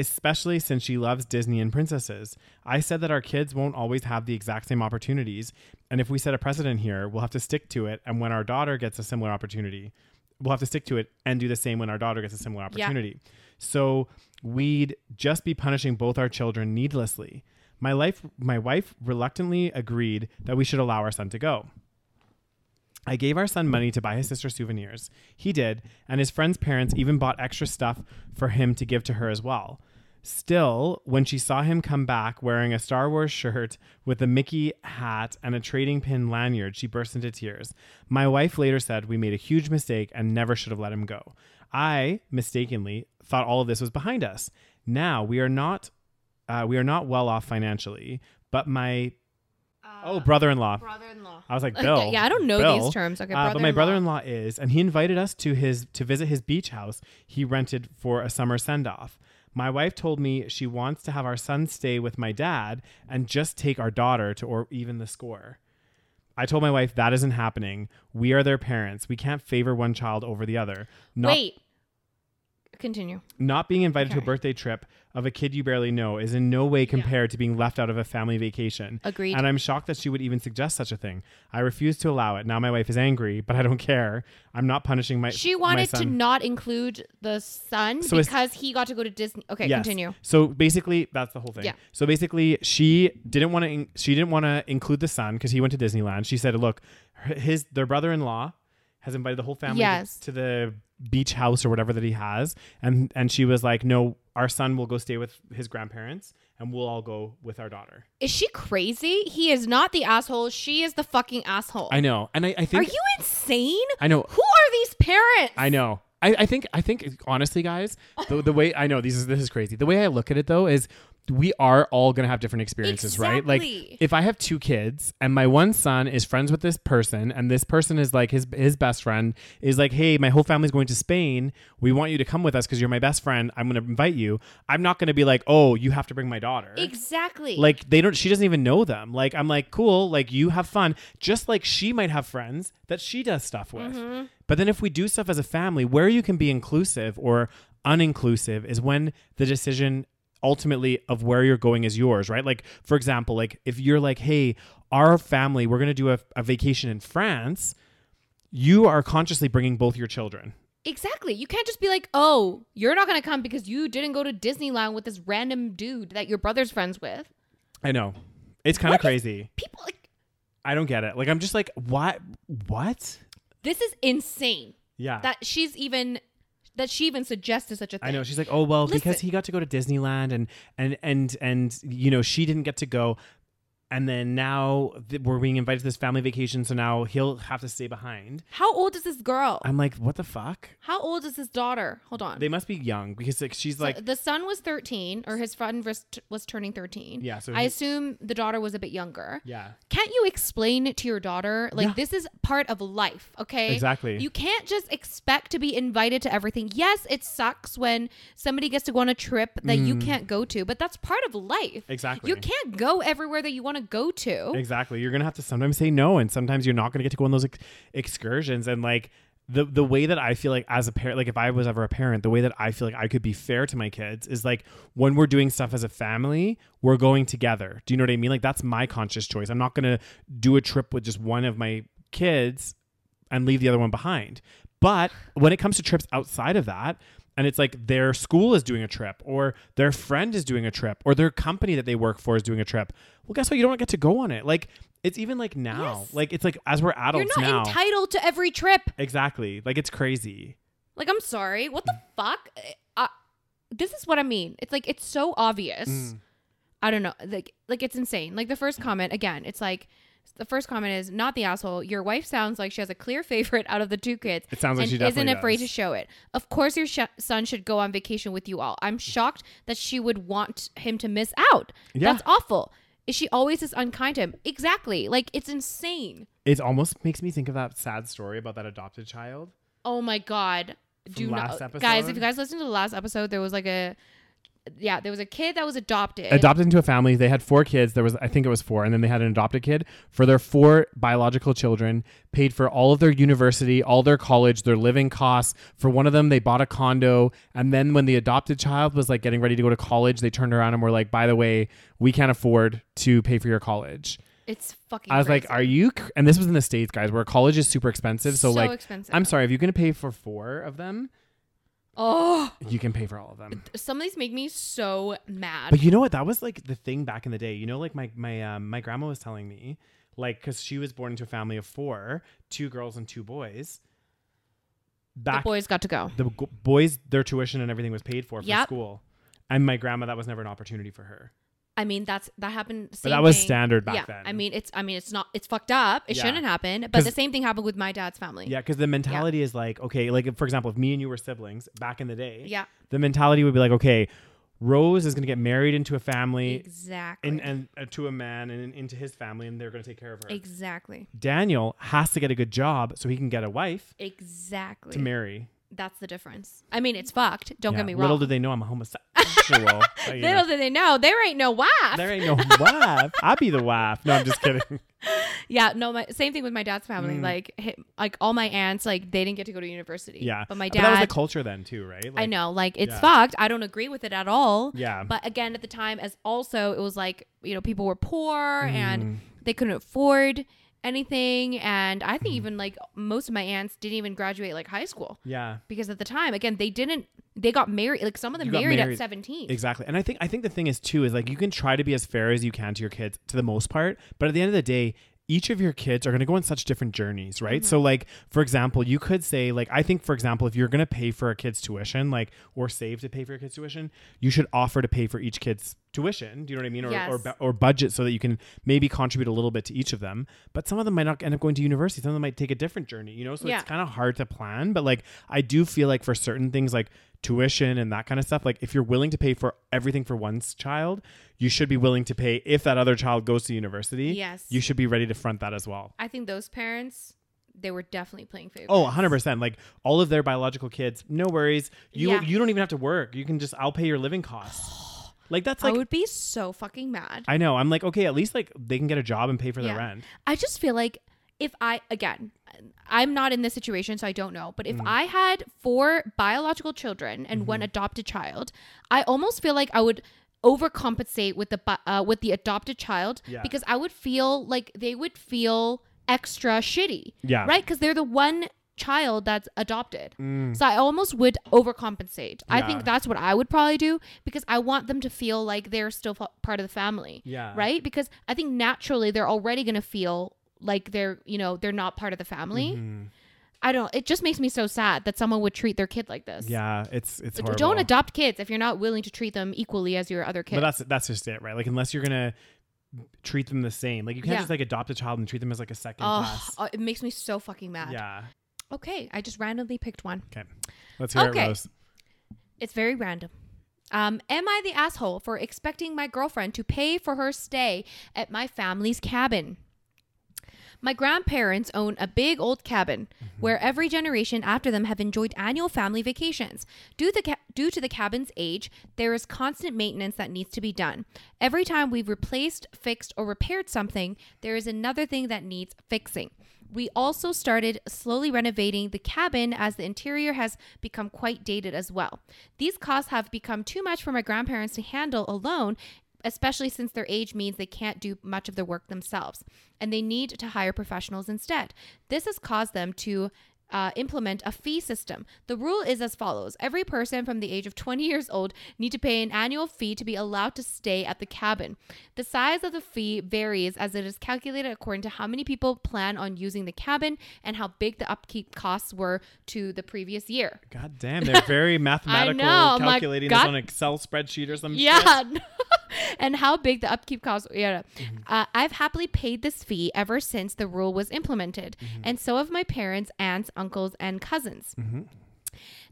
B: especially since she loves Disney and princesses. I said that our kids won't always have the exact same opportunities, and if we set a precedent here, we'll have to stick to it. And when our daughter gets a similar opportunity, we'll have to stick to it and do the same when our daughter gets a similar opportunity. So we'd just be punishing both our children needlessly. My life, my wife reluctantly agreed that we should allow our son to go. I gave our son money to buy his sister souvenirs. He did, and his friend's parents even bought extra stuff for him to give to her as well. Still, when she saw him come back wearing a Star Wars shirt with a Mickey hat and a trading pin lanyard, she burst into tears. My wife later said we made a huge mistake and never should have let him go. I, mistakenly, thought all of this was behind us. Now we are not uh, we are not well off financially, but my oh Uh, brother-in-law.
A: Uh, Brother-in-law.
B: I was like, Bill.
A: yeah, I don't know
B: Bill.
A: these terms. Okay,
B: Uh, but my
A: brother-in-law.
B: brother-in-law is, and he invited us to his to visit his beach house he rented for a summer send-off. My wife told me she wants to have our son stay with my dad and just take our daughter to or even the score. I told my wife that isn't happening. We are their parents. We can't favor one child over the other. Not
A: Wait. Continue.
B: not being invited to
A: Okay.
B: a birthday trip of a kid you barely know is in no way compared to being left out of a family vacation.
A: Agreed.
B: And I'm shocked that she would even suggest such a thing. I refuse to allow it. Now my wife is angry, but I don't care. I'm not punishing my
A: She
B: my
A: wanted to
B: son.
A: not include the son
B: So it's-
A: because he got to go to Disney. Okay,
B: Yes.
A: continue.
B: So basically, that's the whole thing.
A: Yeah.
B: So basically, she didn't want to. She didn't want to include the son because he went to Disneyland. She said, "Look, her- his their brother-in-law has invited the whole family
A: Yes.
B: to the beach house or whatever that he has," and and she was like, "No, our son will go stay with his grandparents, and we'll all go with our daughter."
A: Is she crazy? He is not the asshole. She is the fucking asshole.
B: I know, and I,
A: Are
B: I think
A: you insane?
B: I know
A: Who are these parents?
B: I know. I, I think I think honestly, guys, the, the way I know these is this is crazy. The way I look at it though is we are all gonna have different experiences, right?
A: Exactly.
B: Like if I have two kids and my one son is friends with this person and this person is like his his best friend is like, hey, my whole family's going to Spain. We want you to come with us because you're my best friend. I'm gonna invite you. I'm not gonna be like, oh, you have to bring my daughter.
A: Exactly.
B: Like they don't she doesn't even know them. Like I'm like, cool, like you have fun. Just like she might have friends that she does stuff with. But then if we do stuff as a family, where you can be inclusive or uninclusive is when the decision ultimately of where you're going is yours, right? Like for example, like if you're like, hey, our family, we're gonna do a, a vacation in France, you are consciously bringing both your children.
A: exactly. You can't just be like, oh, you're not going to come because you didn't go to Disneyland with this random dude that your brother's friends with.
B: I know. It's kind of
A: What is-
B: crazy.
A: People, like,
B: I don't get it. Like I'm just like, what what?
A: this is insane
B: Yeah.
A: that she's even, that she even suggested such a thing.
B: Ah. I know she's like, oh well, because
A: Listen.
B: he got to go to Disneyland and and and and you know she didn't get to go, and then now th- we're being invited to this family vacation, so now he'll have to stay behind.
A: How old is this girl?
B: I'm like, what the fuck?
A: How old is his daughter? Hold on.
B: They must be young because like she's like,
A: So the son was 13 or his friend was, was turning 13
B: Yeah, so
A: i
B: he-
A: assume the daughter was a bit younger
B: yeah,
A: can't you explain it to your daughter like
B: Yeah.
A: this is part of life okay
B: Exactly.
A: you can't just expect to be invited to everything yes it sucks when somebody gets to go on a trip that you can't go to but that's part of life
B: Mm. Exactly.
A: you can't go everywhere that you want to go to
B: exactly. You're gonna have to sometimes say no, and sometimes you're not gonna get to go on those ex- excursions, and like. The, the way that I feel like as a parent, like if I was ever a parent, the way that I feel like I could be fair to my kids is like when we're doing stuff as a family, we're going together. Do you know what I mean? Like that's my conscious choice. I'm not going to do a trip with just one of my kids and leave the other one behind. But when it comes to trips outside of that, and it's like their school is doing a trip, or their friend is doing a trip, or their company that they work for is doing a trip. Well, guess what? You don't get to go on it. Like it's even like now,
A: Yes.
B: like it's like as we're
A: you're
B: adults
A: not
B: now,
A: entitled to every trip
B: exactly. Like it's crazy.
A: Like, I'm sorry. What the fuck? I, this is what I mean. It's like it's so obvious.
B: Mm.
A: I don't know. Like, like it's insane. Like the first comment again. It's like the first comment is not the asshole. Your wife sounds like she has a clear favorite out of the two kids.
B: It sounds like
A: and
B: she
A: isn't
B: definitely
A: afraid to
B: does.
A: show it. Of course, your sh- son should go on vacation with you all. I'm shocked that she would want him to miss out.
B: Yeah.
A: That's awful. Is she always this unkind to him? Exactly. Like it's insane.
B: It almost makes me think of that sad story about that adopted child.
A: Oh my god.
B: From
A: Do
B: last
A: not guys, if
B: episode?
A: you guys listened to the last episode, there was like a yeah, there was a kid that was adopted.
B: adopted into a family. They had four kids. There was, I think it was four, and then they had an adopted kid for their four biological children. Paid for all of their university, all their college, their living costs. For one of them, they bought a condo, and then when the adopted child was like getting ready to go to college, they turned around and were like, "By the way, we can't afford to pay for your college."
A: it's fucking.
B: I was
A: crazy.
B: like, "Are you?" cr-" And this was in the states, guys, where college is super expensive. So,
A: So
B: like,
A: expensive.
B: I'm sorry, if you can pay for four of them,
A: oh,
B: you can pay for all of them.
A: some of these make me so mad.
B: But you know what? That was like the thing back in the day. You know, like my my um, my grandma was telling me, like, because she was born into a family of four, two girls and two boys.
A: the
B: Back
A: boys got to go.
B: the g- boys, their tuition and everything was paid for for
A: Yep.
B: school. And my grandma, that was never an opportunity for her.
A: I mean, that's that happened. Same
B: that was
A: thing.
B: standard back
A: yeah.
B: then.
A: I mean, it's I mean, it's not it's fucked up. It
B: Yeah.
A: shouldn't happen. But the
B: 'Cause-
A: same thing happened with my dad's family.
B: Yeah, because the mentality is like, okay, like for example, if me and you were siblings back in the day,
A: Yeah.
B: the mentality would be like, okay, Rose is going to get married into a family
A: Exactly.
B: and, and uh, to a man and into his family, and they're going to take care of her.
A: exactly.
B: Daniel has to get a good job so he can get a wife
A: Exactly.
B: to marry.
A: That's the difference. I mean, it's fucked. Don't
B: Yeah.
A: get me wrong.
B: Little did they know I'm a homosexual. But, you
A: Little
B: know,
A: did they know there ain't no wife.
B: there ain't no wife. I be the wife. No, I'm just kidding.
A: yeah, no. My, same thing with my dad's family.
B: Mm.
A: Like, hi like all my aunts, like they didn't get to go to university.
B: Yeah,
A: but my
B: that was
A: dad.
B: the culture then too, right?
A: I
B: Like,
A: know, like it's
B: Yeah.
A: fucked. I don't agree with it at all.
B: Yeah.
A: But again, at the time, as also, it was like you know people were poor
B: Mm.
A: and they couldn't afford anything, and I
B: Mm.
A: think even like most of my aunts didn't even graduate like high school
B: Yeah.
A: because at the time, again, they didn't. They got married. Like some of them
B: You got
A: married, at
B: married.
A: seventeen.
B: Exactly. And I think I think the thing is too is like you can try to be as fair as you can to your kids to the most part, but at the end of the day, each of your kids are going to go on such different journeys, right?
A: Mm-hmm.
B: So like for example, you could say like I think for example, if you're going to pay for a kid's tuition, like or save to pay for your kid's tuition, you should offer to pay for each kid's tuition, do you know what I mean? Or
A: Yes.
B: or, bu- or budget so that you can maybe contribute a little bit to each of them. But some of them might not end up going to university. Some of them might take a different journey, you know? So
A: Yeah.
B: it's kind of hard to plan, but like I do feel like for certain things like tuition and that kind of stuff, like if you're willing to pay for everything for one's child, you should be willing to pay if that other child goes to university.
A: Yes.
B: You should be ready to front that as well.
A: I think those parents, they were definitely playing favorites.
B: Oh, 100%. Like all of their biological kids, no worries. You
A: Yeah.
B: you don't even have to work. You can just I'll pay your living costs. Like that's like
A: I would be so fucking mad.
B: I know. I'm like, okay, at least like they can get a job and pay for their
A: Yeah.
B: rent.
A: I just feel like if I again, I'm not in this situation, so I don't know. But if
B: Mm.
A: I had four biological children
B: Mm-hmm.
A: and one adopted child, I almost feel like I would overcompensate with the bi- uh, with the adopted child
B: Yeah.
A: because I would feel like they would feel extra shitty,
B: Yeah.
A: right? Because they're the one child that's adopted. So I almost would overcompensate. I think
B: Mm. Yeah.
A: that's what I would probably do because I want them to feel like they're still fa- part of the family
B: Yeah.
A: right because i think naturally they're already going to feel like they're you know they're not part of the family
B: Mm-hmm.
A: i don't it just makes me so sad that someone would treat their kid like this
B: Yeah, it's it's
A: D-
B: horrible.
A: don't adopt kids if you're not willing to treat them equally as your other
B: But
A: kids
B: that's that's just it, right? Like unless you're gonna treat them the same, like you can't
A: Yeah.
B: just like adopt a child and treat them as like a second
A: oh,
B: class.
A: oh, it makes me so fucking mad
B: Yeah.
A: okay i just randomly picked one
B: Okay. Let's hear
A: Okay.
B: it, Rose.
A: it's very random um, am I the asshole for expecting my girlfriend to pay for her stay at my family's cabin? My grandparents own a big old cabin where every generation after them have enjoyed annual family vacations. Due, the ca- due to the cabin's age, there is constant maintenance that needs to be done. Every time we've replaced, fixed, or repaired something, there is another thing that needs fixing. We also started slowly renovating the cabin as the interior has become quite dated as well. These costs have become too much for my grandparents to handle alone especially since their age means they can't do much of the work themselves and they need to hire professionals instead. This has caused them to uh, implement a fee system. The rule is as follows every person from the age of 20 years old need to pay an annual fee to be allowed to stay at the cabin. The size of the fee varies as it is calculated according to how many people plan on using the cabin and how big the upkeep costs were to the previous year.
B: God damn, they're very mathematical,
A: know, I'm like,
B: calculating
A: God-
B: this on an Excel spreadsheet or something.
A: Yeah. and how big the upkeep costs. Yeah.
B: Mm-hmm.
A: Uh, I've happily paid this fee ever
B: Mm-hmm. Mm-hmm.
A: since the rule was implemented, and so have my parents, aunts, uncles, and cousins.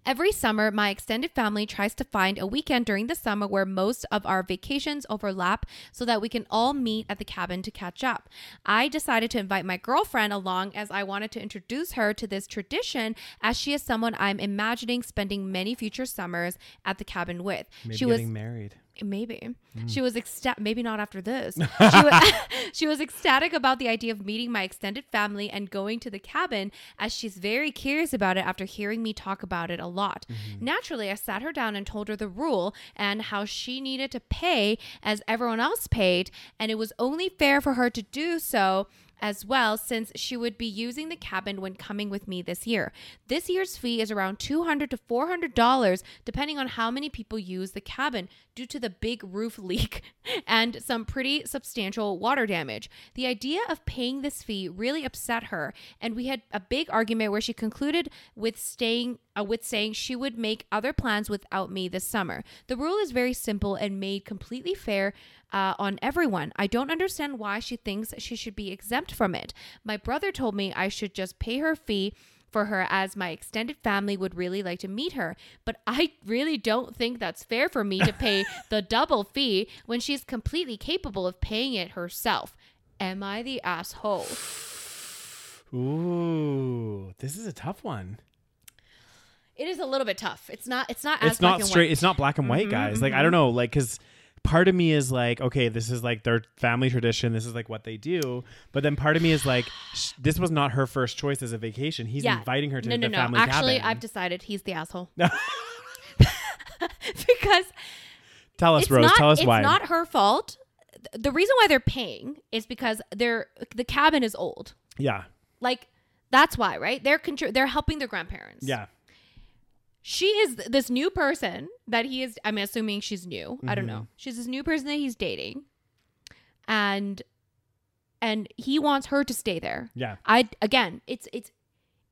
A: Every summer, my extended family tries to find a weekend during the summer where most of our vacations overlap so that we can all meet at the cabin to catch up. I decided to invite my girlfriend along as I wanted to introduce her to this tradition as she is someone I'm imagining spending many future summers at the cabin with.
B: Maybe
A: she was
B: getting married.
A: Maybe she was ecstatic. Maybe not after this. she, was, she was ecstatic about the idea of meeting my extended family and going to the cabin, as she's very curious about it after hearing me talk about it a lot. Naturally, I sat her down and told her the rule and how she needed to pay as everyone else paid, and it was only fair for her to do so as well since she would be using the cabin when coming with me this year. This year's fee is around 200 to $400 depending on how many people use the cabin due to the big roof leak and some pretty substantial water damage. The idea of paying this fee really upset her and we had a big argument where she concluded with staying uh, with saying she would make other plans without me this summer. The rule is very simple and made completely fair uh, on everyone. I don't understand why she thinks she should be exempt from it. My brother told me I should just pay her fee for her as my extended family would really like to meet her, but I really don't think that's fair for me to pay the double fee when she's completely capable of paying it herself. Am I the asshole?
B: Ooh, this is a tough one.
A: It is a little bit tough. It's not. It's not as
B: it's not
A: black and
B: straight.
A: white. Mm-hmm,
B: It's not black and white, guys. Like I don't know, like because part of me is like, okay, this is like their family tradition. This is like what they do. But then part of me is like, sh- this was not her first choice as a vacation. He's inviting her to
A: no,
B: the
A: no, no.
B: family
A: Actually,
B: cabin.
A: I've decided he's the asshole. because
B: tell us,
A: it's
B: Rose.
A: not,
B: tell us
A: it's
B: why.
A: not her fault. Th- The reason why they're paying is because they're the cabin is old.
B: yeah,
A: Like that's why, right? They're contri- they're helping their grandparents.
B: yeah.
A: She is th- this new person that he is I'm assuming she's new. I
B: Mm-hmm.
A: don't know. She's this new person that he's dating. And and he wants her to stay there.
B: Yeah.
A: I again, it's it's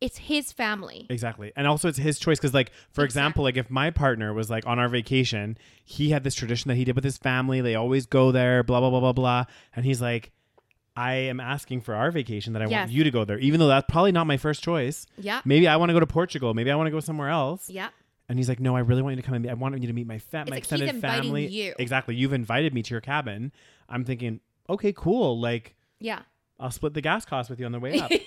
A: it's his family.
B: Exactly. And also it's his choice cuz like for example, like if my partner was like on our vacation, he had this tradition that he did with his family. They always go there, blah blah blah blah blah, and he's like I am asking for our vacation that I
A: Yes.
B: want you to go there even though that's probably not my first choice.
A: Yeah.
B: Maybe I want to go to Portugal, maybe I want to go somewhere else.
A: Yeah.
B: And he's like, "No, I really want you to come and meet. I want you to meet my fa- my
A: like he's
B: extended
A: inviting
B: family."
A: you.
B: Exactly. You've invited me to your cabin. I'm thinking, "Okay, cool. Like
A: Yeah.
B: I'll split the gas cost with you on the way up."
A: yeah.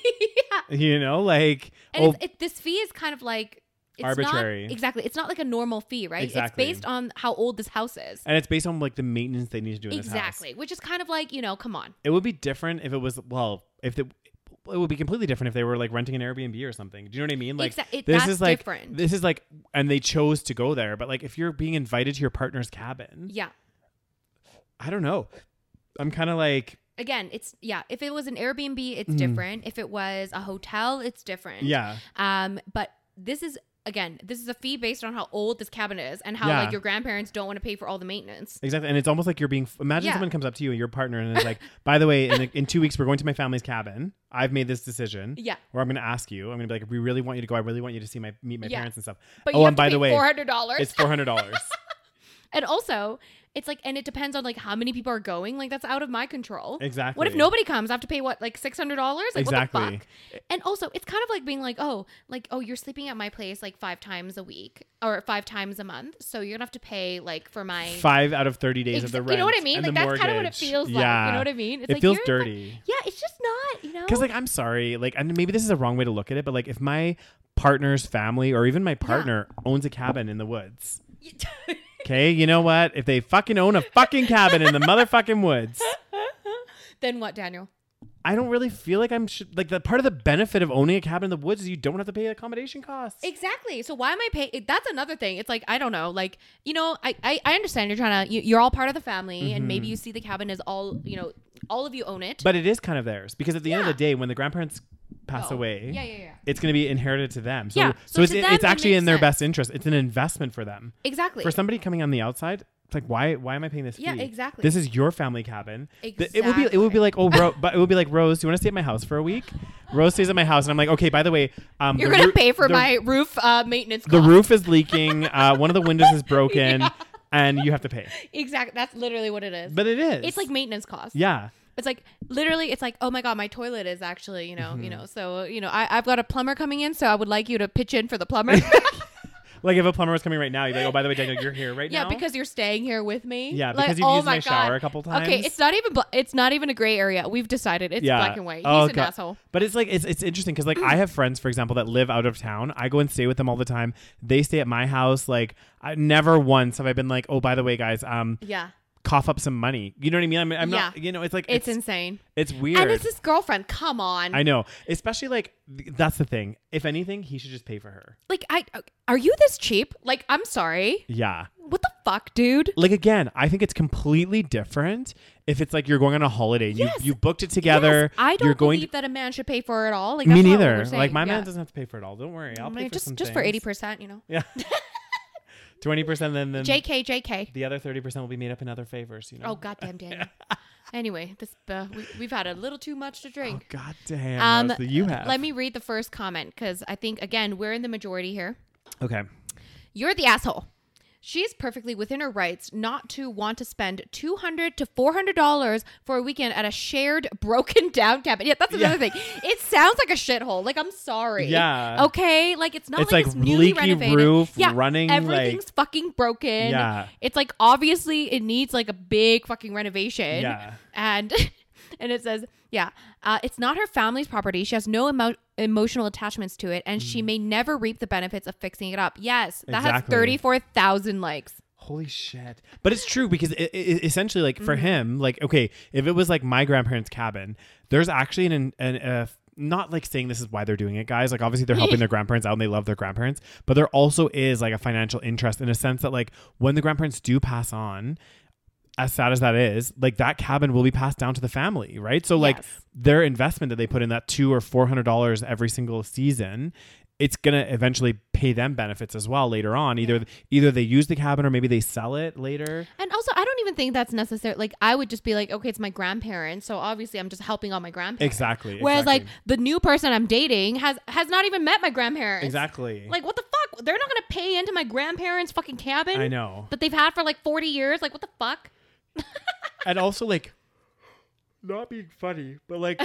B: you know, like
A: And
B: oh,
A: it's, it, this fee is kind of like it's
B: Arbitrary.
A: Not, exactly. It's not like a normal fee, right?
B: Exactly.
A: It's based on how old this house is.
B: and it's based on like the maintenance they need to do in this house.
A: Exactly. Which is kind of like, you know, come on.
B: It would be different if it was well, if the it would be completely different if they were like renting an Airbnb or something. Do you know what I mean? Like
A: Exact- it-
B: this
A: that's
B: is like
A: different.
B: this is like and they chose to go there, but like if you're being invited to your partner's cabin,
A: Yeah.
B: I don't know. I'm kind of like
A: Again, it's yeah, if it was an Airbnb, it's different. If it was a hotel, it's different.
B: Mm-hmm. yeah.
A: Um, but this is again, this is a fee based on how old this cabin is and how
B: Yeah.
A: like your grandparents don't want to pay for all the maintenance.
B: Exactly, and it's almost like you're being. Imagine
A: Yeah.
B: someone comes up to you and your partner, and is like, "By the way, in, in two weeks we're going to my family's cabin. I've made this decision,
A: Yeah.
B: or I'm going to ask you. I'm going to be like, we really want you to go. I really want you to see my meet my
A: Yeah.
B: parents and stuff.
A: But
B: oh,
A: you have
B: and by the way,
A: four hundred dollars.
B: it's four hundred dollars.
A: And also, it's like, and it depends on like how many people are going. Like that's out of my control. What
B: Exactly.
A: if nobody comes? I have to pay what, like six hundred dollars? Like what the
B: Exactly.
A: fuck? And also, it's kind of like being like, oh, like oh, you're sleeping at my place like five times a week or five times a month, so you're gonna have to pay like for my.
B: Five out of thirty days
A: Ex-
B: of the rent.
A: you know what I mean?
B: and
A: Like
B: the
A: that's kind of what it
B: mortgage.
A: feels like. You
B: Yeah.
A: know what I mean? It's
B: it
A: like,
B: feels
A: you're fu-
B: dirty.
A: Yeah, it's just not. You know.
B: Because like I'm sorry, like and maybe this is a wrong way to look at it, but like if my partner's family or even my partner owns a cabin in the woods, okay, you know what? If they fucking own a fucking cabin in the motherfucking woods.
A: then what, Daniel?
B: I don't really feel like I'm sh- like the part of the benefit of owning a cabin in the woods is you don't have to pay accommodation costs.
A: Exactly. So why am I paying? That's another thing. It's like I don't know. Like you know, I I, I understand you're trying to. You, you're all part of the family, and maybe you see the cabin as all you know. All of you own it.
B: Mm-hmm. but it is kind of theirs because at the end of
A: Yeah.
B: the day, when the grandparents pass
A: Oh.
B: away,
A: Yeah, yeah, yeah.
B: it's going to be inherited to them. So,
A: Yeah.
B: so,
A: So
B: it's,
A: to them,
B: it's
A: it
B: actually
A: makes
B: in their
A: sense.
B: best interest. It's an investment for them.
A: Exactly.
B: For somebody coming on the outside, it's like why why am I paying this
A: Yeah,
B: fee?
A: exactly.
B: This is your family cabin. Th- It would be it would be
A: Exactly.
B: like oh, Ro- but it would be like Rose, do you want to stay at my house for a week? Rose stays at my house, and I'm like, okay. By the way, um,
A: you're
B: the
A: gonna
B: roo-
A: pay for
B: the-
A: my roof uh, maintenance.
B: The
A: cost.
B: roof is leaking. Uh, one of the windows is broken, and you have to pay.
A: Exactly. That's literally what it is.
B: But it is.
A: it's like maintenance costs.
B: yeah.
A: It's like literally. It's like oh my god, my toilet is
B: Mm-hmm.
A: actually you know you know so you know I I've got a plumber coming in, so I would like you to pitch in for the plumber.
B: Like if a plumber was coming right now, you'd be like, oh, by the way, Daniel, you're here right
A: Yeah,
B: now.
A: because you're staying here with me.
B: Yeah,
A: Like,
B: because you've
A: oh
B: used my shower
A: God.
B: a couple
A: Okay,
B: times.
A: it's not even bla- it's not even a gray area. We've decided it's black and white. He's
B: Oh,
A: an
B: God.
A: asshole.
B: But it's like it's it's interesting because like I have friends, for example, that live out of town. I go and stay with them all the time. They stay at my house. Like I, never once have I been like, oh, by the way, guys, um,
A: Yeah,
B: cough up some money. You know what I mean? I'm, I'm not.
A: Yeah.
B: You know, it's like
A: it's,
B: it's it's,
A: insane.
B: weird.
A: And it's his girlfriend. Come on.
B: I know, especially like th- that's the thing. If anything, he should just pay for her.
A: like I are you this cheap? Like I'm sorry.
B: Yeah.
A: What the fuck, dude?
B: Like again, I think it's completely different if it's like you're going on a holiday. and
A: Yes.
B: You you booked it
A: Yes,
B: together.
A: I don't
B: you're going
A: believe that a man should pay for it all. Like
B: me
A: that's not what
B: neither.
A: we're saying.
B: Like my
A: Yeah.
B: man doesn't have to pay for it all. Don't worry. I'll
A: I
B: pay
A: mean,
B: for
A: just
B: some
A: just for
B: things.
A: eighty percent, you know.
B: Yeah. Twenty percent, then then
A: Jk, Jk.
B: the other thirty percent will be made up in other favors. You know.
A: Oh goddamn, Daniel. anyway, this uh, we, we've had a little too much to drink.
B: God damn.
A: Um,
B: Rose, you have.
A: Let me read the first comment because I think again we're in the majority here.
B: Okay.
A: You're the asshole. She is perfectly within her rights not to want to spend two hundred to four hundred dollars for a weekend at a shared, broken down cabin. Yeah, that's another
B: Yeah.
A: thing. It sounds like a shithole. Like I'm sorry.
B: Yeah.
A: Okay. Like it's not
B: It's
A: like, it's
B: like
A: newly
B: leaky
A: renovated.
B: roof,
A: yeah.
B: running,
A: Everything's
B: like-
A: fucking broken.
B: Yeah.
A: It's like obviously it needs like a big fucking renovation.
B: Yeah.
A: And and it says, yeah, uh, it's not her family's property. She has no emo- emotional attachments to it, and
B: Mm.
A: she may never reap the benefits of fixing it up. Yes, that
B: Exactly.
A: has thirty four thousand likes.
B: Holy shit. But it's true because it, it, essentially, like for him, like, okay, if it was like my grandparents' cabin, there's actually an, an uh, not like saying this is why they're doing it, guys. Like, obviously, they're helping their grandparents out and they love their grandparents, but there also is like a financial interest in a sense that, like, when the grandparents do pass on, as sad as that is, like that cabin will be passed down to the family, right? So like
A: Yes.
B: their investment that they put in that two or four hundred dollars every single season, it's gonna eventually pay them benefits as well later on. Either either they use the cabin or maybe they sell it later.
A: And also, I don't even think that's necessary. Like, I would just be like, okay, it's my grandparents, so obviously, I'm just helping out my grandparents.
B: Exactly.
A: Whereas, like, the new person I'm dating has has not even met my grandparents.
B: exactly.
A: Like, what the fuck? They're not gonna pay into my grandparents' fucking cabin.
B: I know.
A: That they've had for like forty years. Like, what the fuck?
B: and also like not being funny, but like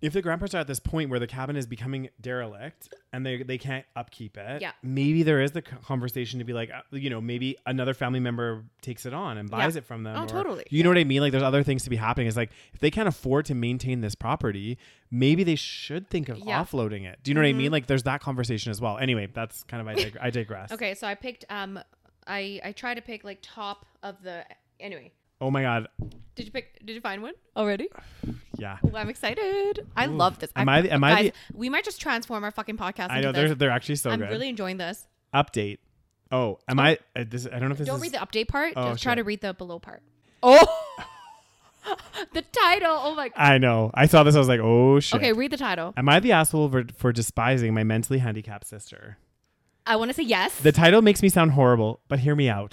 B: if the grandparents are at this point where the cabin is becoming derelict and they they can't upkeep it,
A: Yeah.
B: maybe there is the c- conversation to be like, uh, you know, maybe another family member takes it on and buys
A: Yeah.
B: it from them.
A: Oh,
B: or-
A: totally.
B: You know what I mean? Like, there's other things to be happening. It's like if they can't afford to maintain this property, maybe they should think of
A: Yeah. Mm-hmm.
B: offloading it. Do you know what I mean? Like, there's that conversation as well. Anyway, that's kind of I, dig- I digress.
A: Okay, so I picked um, I I try to pick like top of the. Anyway,
B: Oh my god,
A: did you pick? Did you find one already?
B: yeah.
A: Well, I'm excited. I love this.
B: Am I the- am I
A: guys, we might just transform our fucking podcast. Into
B: I know
A: this.
B: they're they're actually so
A: I'm
B: good.
A: really enjoying this.
B: update. Oh, am I? Uh, this I don't know if this
A: Don't
B: is.
A: read the update part.
B: Oh,
A: just try
B: shit.
A: to read the below part. Oh, the title. Oh my.
B: I know. I saw this. I was like, oh shit.
A: Okay, read the title.
B: Am I the asshole for, for despising my mentally handicapped sister?
A: I want to say yes.
B: The title makes me sound horrible, but hear me out.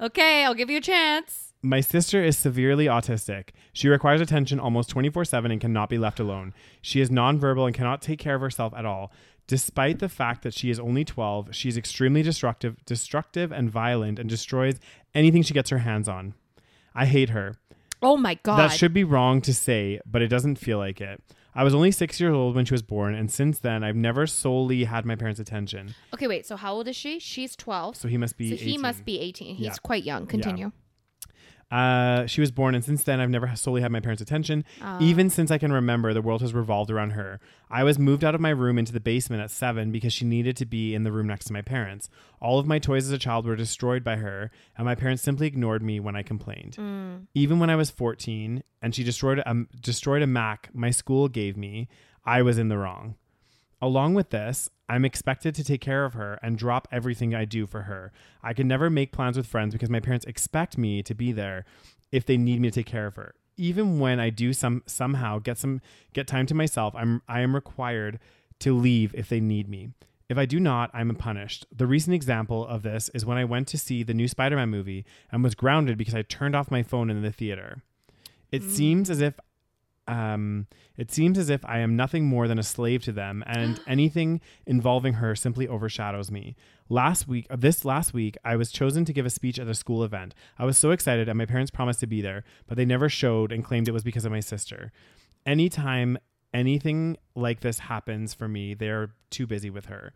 A: okay, I'll give you a chance.
B: My sister is severely autistic. She requires attention almost 24 7 and cannot be left alone. She is nonverbal and cannot take care of herself at all. Despite the fact that she is only 12, she is extremely destructive, destructive and violent and destroys anything she gets her hands on. I hate her.
A: Oh my god.
B: That should be wrong to say, but it doesn't feel like it. I was only six years old when she was born, and since then, I've never solely had my parents' attention.
A: okay, wait. So how old is she? She's 12.
B: So he must be.
A: So he
B: 18.
A: must be 18. He's
B: Yeah.
A: quite young. Continue.
B: Uh, she was born, and since then, I've never solely had my parents' attention. Even since I can remember, the world has revolved around her. I was moved out of my room into the basement at seven because she needed to be in the room next to my parents. All of my toys as a child were destroyed by her, and my parents simply ignored me when I complained. Even when I was 14, and she destroyed a, destroyed a Mac my school gave me, I was in the wrong. Along with this, I'm expected to take care of her and drop everything I do for her. I can never make plans with friends because my parents expect me to be there if they need me to take care of her. Even when I do some somehow get some get time to myself, I'm I am required to leave if they need me. If I do not, I'm punished. The recent example of this is when I went to see the new Spider-Man movie and was grounded because I turned off my phone in the theater. It seems as if um, it seems as if I am nothing more than a slave to them, and anything involving her simply overshadows me. Last week, uh, this last week, I was chosen to give a speech at a school event. I was so excited, and my parents promised to be there, but they never showed and claimed it was because of my sister. Anytime anything like this happens for me, they're too busy with her.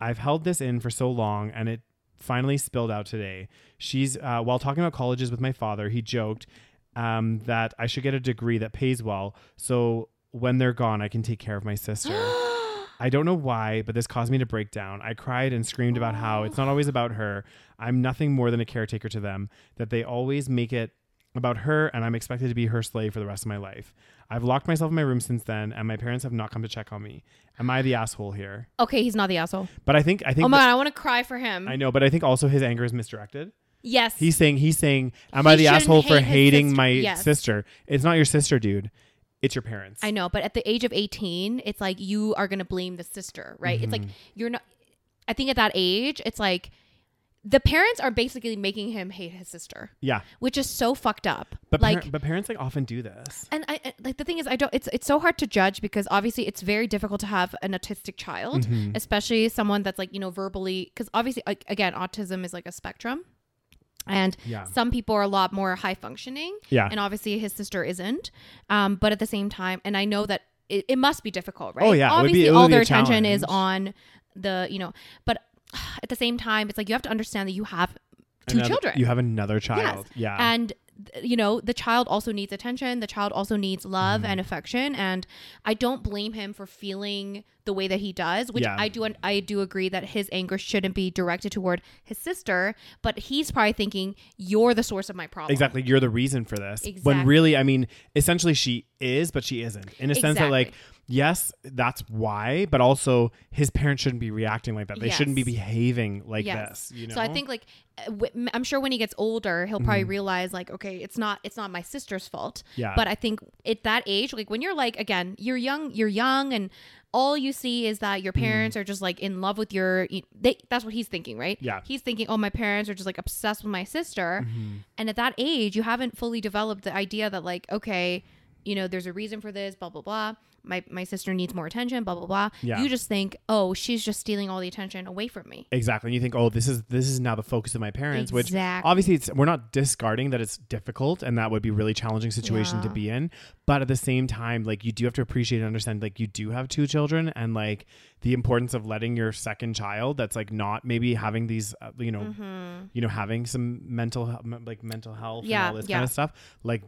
B: I've held this in for so long and it finally spilled out today. She's, uh, while talking about colleges with my father, he joked um, that I should get a degree that pays well so when they're gone, I can take care of my sister. I don't know why, but this caused me to break down. I cried and screamed about how it's not always about her. I'm nothing more than a caretaker to them, that they always make it about her, and I'm expected to be her slave for the rest of my life. I've locked myself in my room since then, and my parents have not come to check on me. Am I the asshole here?
A: Okay, he's not the asshole.
B: But I think I think
A: Oh my god, I want to cry for him.
B: I know, but I think also his anger is misdirected.
A: yes.
B: He's saying he's saying, Am
A: He
B: I the
A: shouldn't
B: asshole
A: hate
B: for
A: his
B: hating
A: sister."
B: my
A: Yes.
B: sister? It's not your sister, dude. It's your parents.
A: I know, but at the age of 18, it's like you are going to blame the sister, right? It's like
B: Mm-hmm.
A: you're not I think at that age, it's like the parents are basically making him hate his sister,
B: yeah.
A: which is so fucked up.
B: But par-
A: like
B: but parents like often do this.
A: and I I- like the thing is I don't it's it's so hard to judge because obviously it's very difficult to have an autistic child,
B: Mm-hmm.
A: especially someone that's like, you know, verbally cuz obviously like, again, autism is like a spectrum. And
B: Yeah.
A: some people are a lot more high functioning.
B: Yeah.
A: And obviously his sister isn't. Um, but at the same time, and I know that it, it must be difficult, right?
B: Oh, yeah, it would
A: Obviously
B: be- it would
A: all
B: be
A: their
B: a
A: attention is
B: challenge.
A: on the, you know, but at the same time, it's like you have to understand that you have two
B: Another-
A: children.
B: You have another child. Yeah.
A: And th- you know, the child also needs attention. The child also needs love
B: Mm-hmm.
A: and affection. And I don't blame him for feeling the way that he does, which
B: Yeah.
A: I do. I do agree that his anger shouldn't be directed toward his sister. But he's probably thinking, "You're the source of my problem."
B: Exactly. You're the reason for this. When
A: Exactly.
B: really, I mean, essentially she is, but she isn't. In a sense that, like, yes, that's why, but also his parents shouldn't be reacting like that. They shouldn't be
A: Yes.
B: behaving like
A: Yes.
B: this. You know? Mm-hmm.
A: So I think like uh, w- m- I'm sure when he gets older, he'll probably realize like, okay, it's not it's not my sister's fault.
B: Yeah.
A: But I think at that age, like when you're like again, you're young, you're young, and all you see is that
B: Mm-hmm.
A: your parents are just like in love with your. you- They that's what he's thinking, right?
B: Yeah. Mm-hmm.
A: He's thinking, oh, my parents are just like obsessed with my sister, and at that age, you haven't fully developed the idea that like, okay, you know, there's a reason for this, blah blah blah. My my sister needs more attention, blah blah blah.
B: Yeah.
A: You just think, oh, she's just stealing all the attention away from me.
B: Exactly. And you think, oh, this is this is now the focus of my parents, which
A: Exact-
B: obviously it's we're not discarding that it's difficult and that would be a really challenging situation to
A: Yeah.
B: be in. But at the same time, like you do have to appreciate and understand like you do have two children and like the importance of letting your second child that's like not maybe having these uh, you know
A: Mm-hmm.
B: you know having some mental he- m- like mental health and
A: Yeah,
B: all this
A: yeah.
B: kind of stuff like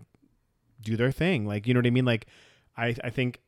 B: do their thing. Like you know what I mean? Like I I think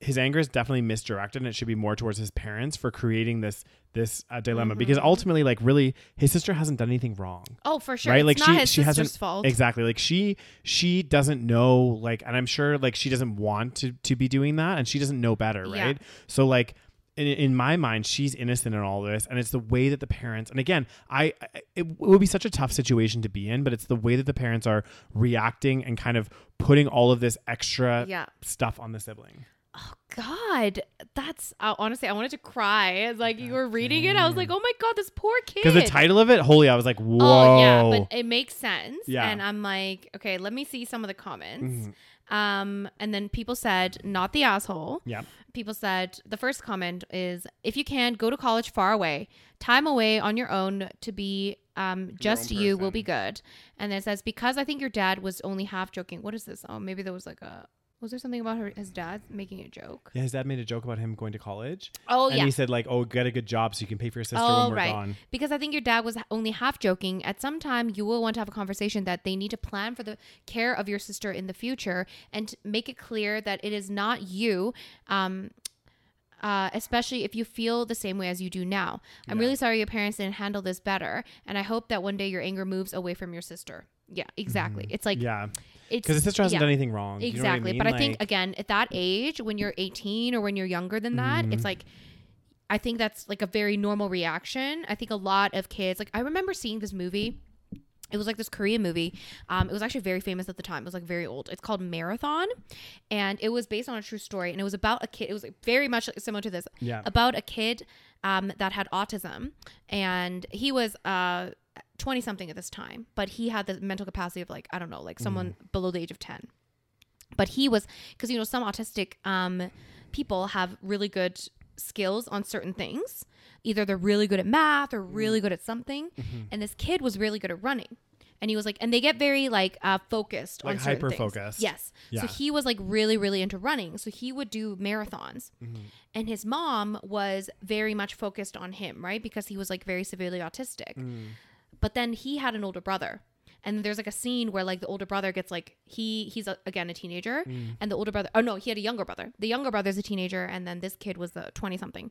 B: his anger is definitely misdirected and it should be more towards his parents for creating this this uh, dilemma
A: Mm-hmm.
B: because ultimately like really his sister hasn't done anything wrong
A: Oh, for sure.
B: right
A: it's
B: like
A: not
B: she
A: his
B: she
A: sister's
B: hasn't
A: fault.
B: exactly like she she doesn't know like and i'm sure like she doesn't want to to be doing that and she doesn't know better
A: Yeah.
B: right so like in, in my mind she's innocent in all this and it's the way that the parents and again i I- it would be such a tough situation to be in but it's the way that the parents are reacting and kind of putting all of this extra
A: Yeah.
B: stuff on the sibling
A: God, that's uh, honestly, I wanted to cry. It's Like you were reading it, I was like, oh my God, this poor kid.
B: Mm. Because the title of it, holy, I was like, whoa.
A: Oh yeah, but it makes sense.
B: Yeah.
A: And I'm like, okay, let me see some of the comments. Um, and then people said, not the asshole.
B: Mm-hmm. yeah.
A: People said the first comment is, if you can, go to college far away. Time away on your own to be um, just
B: own
A: you will
B: person.
A: be good. And then it says, because I think your dad was only half joking. What is this? Oh, maybe there was like a. Was there something about her, his dad making a joke?
B: Yeah, his dad made a joke about him going to college.
A: Oh,
B: and
A: yeah. Oh,
B: he said, like, oh, get a good job so you can pay for your sister when we're gone.
A: Because I think your dad was only half joking. At some time, you will want to have a conversation that they need to plan for the care of your sister in the future and to make it clear that it is not you. Um, uh, especially if you feel the same way as you do now. I'm really sorry your parents didn't handle this better, and I hope that one day your anger moves away from your sister. Yeah, exactly. It's like
B: Mm-hmm. Yeah.
A: it's
B: Because his sister hasn't
A: yeah.
B: done anything wrong. You know what I
A: Exactly.
B: mean?
A: But I think
B: Like,
A: again, at that age, when you're 18 or when you're younger than that,
B: Mm-hmm.
A: it's like I think that's like a very normal reaction. I think a lot of kids like I remember seeing this movie. It was like this Korean movie. Um, it was actually very famous at the time. It was like very old. It's called Marathon, and it was based on a true story. And it was about a kid. It was like very much similar to this
B: Yeah.
A: about a kid um, that had autism, and he was uh, 20 something at this time, but he had the mental capacity of like I don't know, like someone
B: Mm.
A: below the age of 10. But he was because you know some autistic um, people have really good skills on certain things.
B: Mm. Mm-hmm.
A: Either they're really good at math or really good at something, and this kid was really good at running. and he was like, and they get very like uh, focused
B: Like
A: on certain things.
B: hyper-focused.
A: Yes.
B: Yeah.
A: So he was like really, really into running. So he would do marathons, and his mom was very much focused on him, right? Because he was like very severely autistic. But then he had an older brother. And there's like a scene where like the older brother gets like he he's a, again a teenager and the older brother oh no he had a younger brother the younger brother's a teenager and then this kid was the twenty something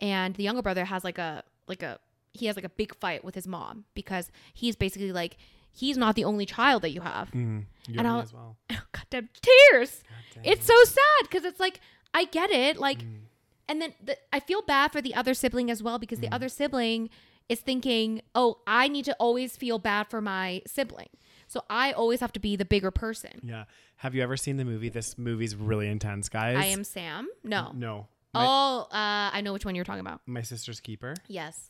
A: and the younger brother has like a like a he has like a big fight with his mom because he's basically like he's not the only child that you have
B: Mm. You
A: And
B: and me
A: I'll-
B: as well.
A: goddamn tears
B: Goddamn.
A: it's so sad because it's like i get it like
B: Mm.
A: and then the, i feel bad for the other sibling as well because
B: Mm.
A: the other sibling is thinking oh i need to always feel bad for my sibling so i always have to be the bigger person
B: Yeah. Have you ever seen the movie? This movie's really intense, guys.
A: i am sam no,
B: No. My,
A: oh uh, i know which one you're talking about
B: my sister's keeper.
A: yes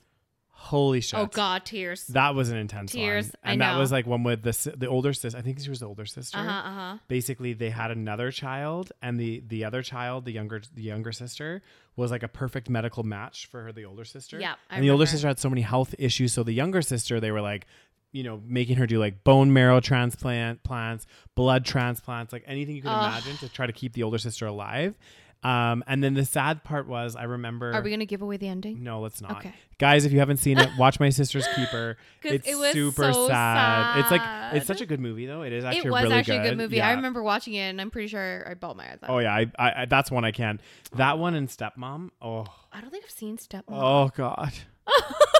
B: Holy shit.
A: oh god tears
B: That was an intense
A: Tears,
B: one.
A: I
B: And that
A: know.
B: was like one with the si- the older sister. I think she was the older sister.
A: uh-huh uh-huh
B: Basically, they had another child, and the the other child, the younger the younger sister, was like a perfect medical match for her, the older sister.
A: Yep, I
B: and the older
A: remember.
B: sister had so many health issues, so the younger sister, they were like, you know, making her do like bone marrow transplant plants, blood transplants, like anything you can
A: Ugh.
B: imagine to try to keep the older sister alive. Um, and then the sad part was, I remember.
A: are we gonna give away the ending
B: No, let's not.
A: Okay.
B: Guys, if you haven't seen it, watch My Sister's Keeper.
A: 'Cause
B: It's
A: it was
B: super
A: so
B: sad. It's like
A: sad.
B: it's such a good movie though. It is actually
A: it was
B: really
A: actually
B: good.
A: a good movie i
B: Yeah.
A: remember watching it and i'm pretty sure i bawled my eyes out
B: Oh yeah, I, I, I that's one I can. That one and Stepmom. Oh,
A: i don't think i've seen stepmom
B: oh god.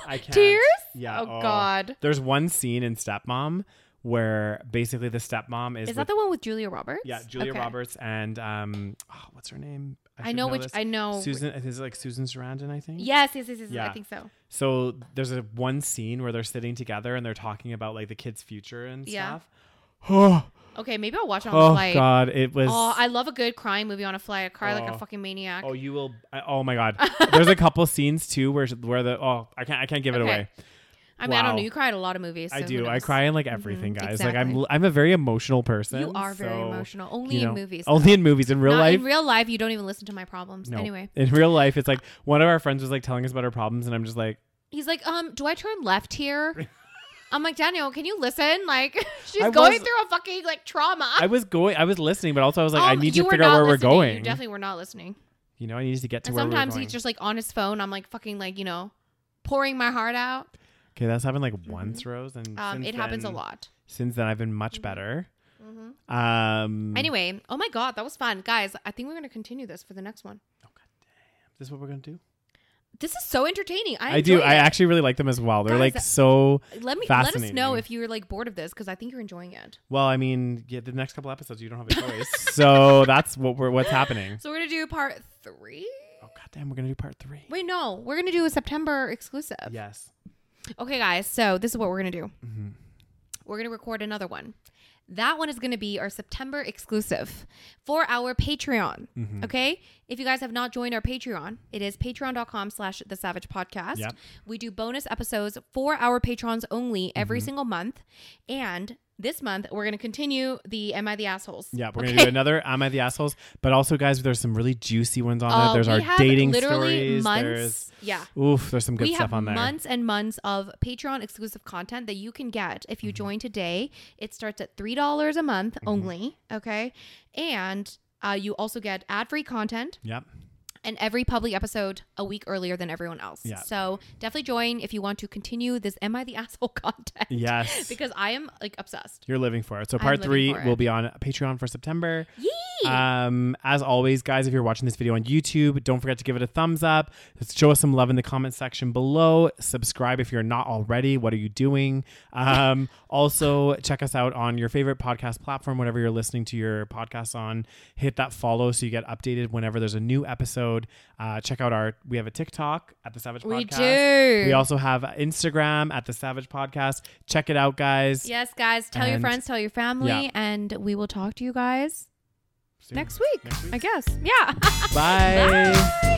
B: I can't.
A: Tears?
B: Yeah.
A: Oh, God.
B: There's one scene in Stepmom where basically the stepmom is,
A: Is
B: with,
A: that the one with Julia Roberts?
B: yeah Julia
A: Okay.
B: Roberts and um oh, what's her name?
A: I
B: should
A: know which-
B: this.
A: I know-
B: Susan. I think it's like Susan Sarandon. I think.
A: Yes, yes, yes, yes. I
B: Yeah.
A: think so.
B: So there's a one scene where they're sitting together and they're talking about like the kid's future and
A: Yeah.
B: stuff. Oh,
A: Okay, maybe I'll watch it on a
B: oh
A: flight.
B: god, it was.
A: Oh, I love a good crying movie on a flight. I cry like a
B: Oh.
A: fucking maniac.
B: oh, you will. I, oh my god, there's a couple scenes too where where the oh I can't I can't give it
A: Okay.
B: away.
A: I mean, I don't know.
B: wow.
A: You cry at a lot of movies.
B: I
A: so who
B: do. I
A: knows? Mm-hmm.
B: cry in like everything, guys. Like I'm
A: exactly.
B: I'm a very emotional person.
A: You are very
B: so,
A: emotional. Only
B: you
A: in
B: know,
A: movies.
B: Only in movies. In real
A: Not-
B: life,
A: In real life, you don't even listen to my problems.
B: no.
A: Anyway,
B: in real life, it's like one of our friends was like telling us about her problems, and I'm just like,
A: he's like, um, do I turn left here? I'm like, Daniel, can you listen? Like, she's
B: I
A: going
B: was-
A: through a fucking like trauma.
B: I was going, I was listening, but also I was like, I
A: Um,
B: need
A: Ah. you
B: to
A: were
B: figure out
A: not
B: where
A: listening.
B: we're going.
A: You definitely were not listening.
B: You know, I need to get to
A: and
B: where
A: sometimes
B: we're going.
A: he's just like on his phone. I'm like fucking like you know, pouring my heart out.
B: Okay, that's happened like once, Rose, and
A: Mm-hmm. Um,
B: since
A: it happens a
B: then-
A: lot. Mm-hmm.
B: Since then, I've been much better. Um,
A: Anyway, oh my god, that was fun, guys. I think we're gonna continue this for the next one.
B: is this what we're gonna do?
A: This is so entertaining. I,
B: I, do.
A: enjoy
B: I
A: it.
B: actually really like them as well. They're
A: Guys,
B: like
A: that-
B: so
A: let me let us know
B: fascinating.
A: if you're like bored of this because I think you're enjoying it.
B: well. I mean, yeah, the next couple episodes, you don't have a choice. so that's what we're what's happening.
A: So we're gonna do part three.
B: Oh goddamn, we're gonna do part three.
A: Wait, no, we're gonna do a September exclusive.
B: Yes.
A: Okay, guys. So this is what we're gonna do.
B: Mm-hmm.
A: We're gonna record another one. That one is gonna be our September exclusive for our Patreon.
B: Mm-hmm.
A: Okay. If you guys have not joined our Patreon, it is patreon.com slash the savage podcast.
B: Yep.
A: We do bonus episodes for our patrons only every
B: Mm-hmm.
A: single month. And this month we're gonna continue the Am I the Assholes?
B: Yeah, we're
A: Okay?
B: gonna do another "Am I the Assholes?" But also, guys, there's some really juicy ones on
A: Uh,
B: there. There's
A: we
B: our
A: have
B: dating
A: literally
B: stories.
A: Months.
B: There's
A: yeah.
B: oof, there's some good
A: we
B: stuff
A: have
B: on there.
A: months and months of Patreon exclusive content that you can get if you
B: Mm-hmm.
A: join today. It starts at three dollars a month only. Okay, and uh, you also get ad free content
B: Yep.
A: and every public episode a week earlier than everyone else.
B: Yeah.
A: So definitely join if you want to continue this "Am I the Asshole" content.
B: Yes.
A: because I am like obsessed.
B: You're living for it. So
A: I'm
B: part
A: living
B: three
A: for it.
B: will be on Patreon for September.
A: Yee!
B: Um, as always, guys, if you're watching this video on YouTube, don't forget to give it a thumbs up. Show us some love in the comment section below. Subscribe if you're not already. What are you doing? Um, also, check us out on your favorite podcast platform, whatever you're listening to your podcast on. Hit that follow so you get updated whenever there's a new episode. Uh, check out our we have a TikTok at the Savage
A: We
B: Podcast.
A: do.
B: We also have Instagram at the Savage Podcast. Check it out, guys.
A: yes, guys, tell your
B: And-
A: friends, tell your family,
B: Yeah.
A: and we will talk to you guys
B: Soon.
A: next week.
B: Next week.
A: I guess. Yeah.
B: Bye.
A: Bye.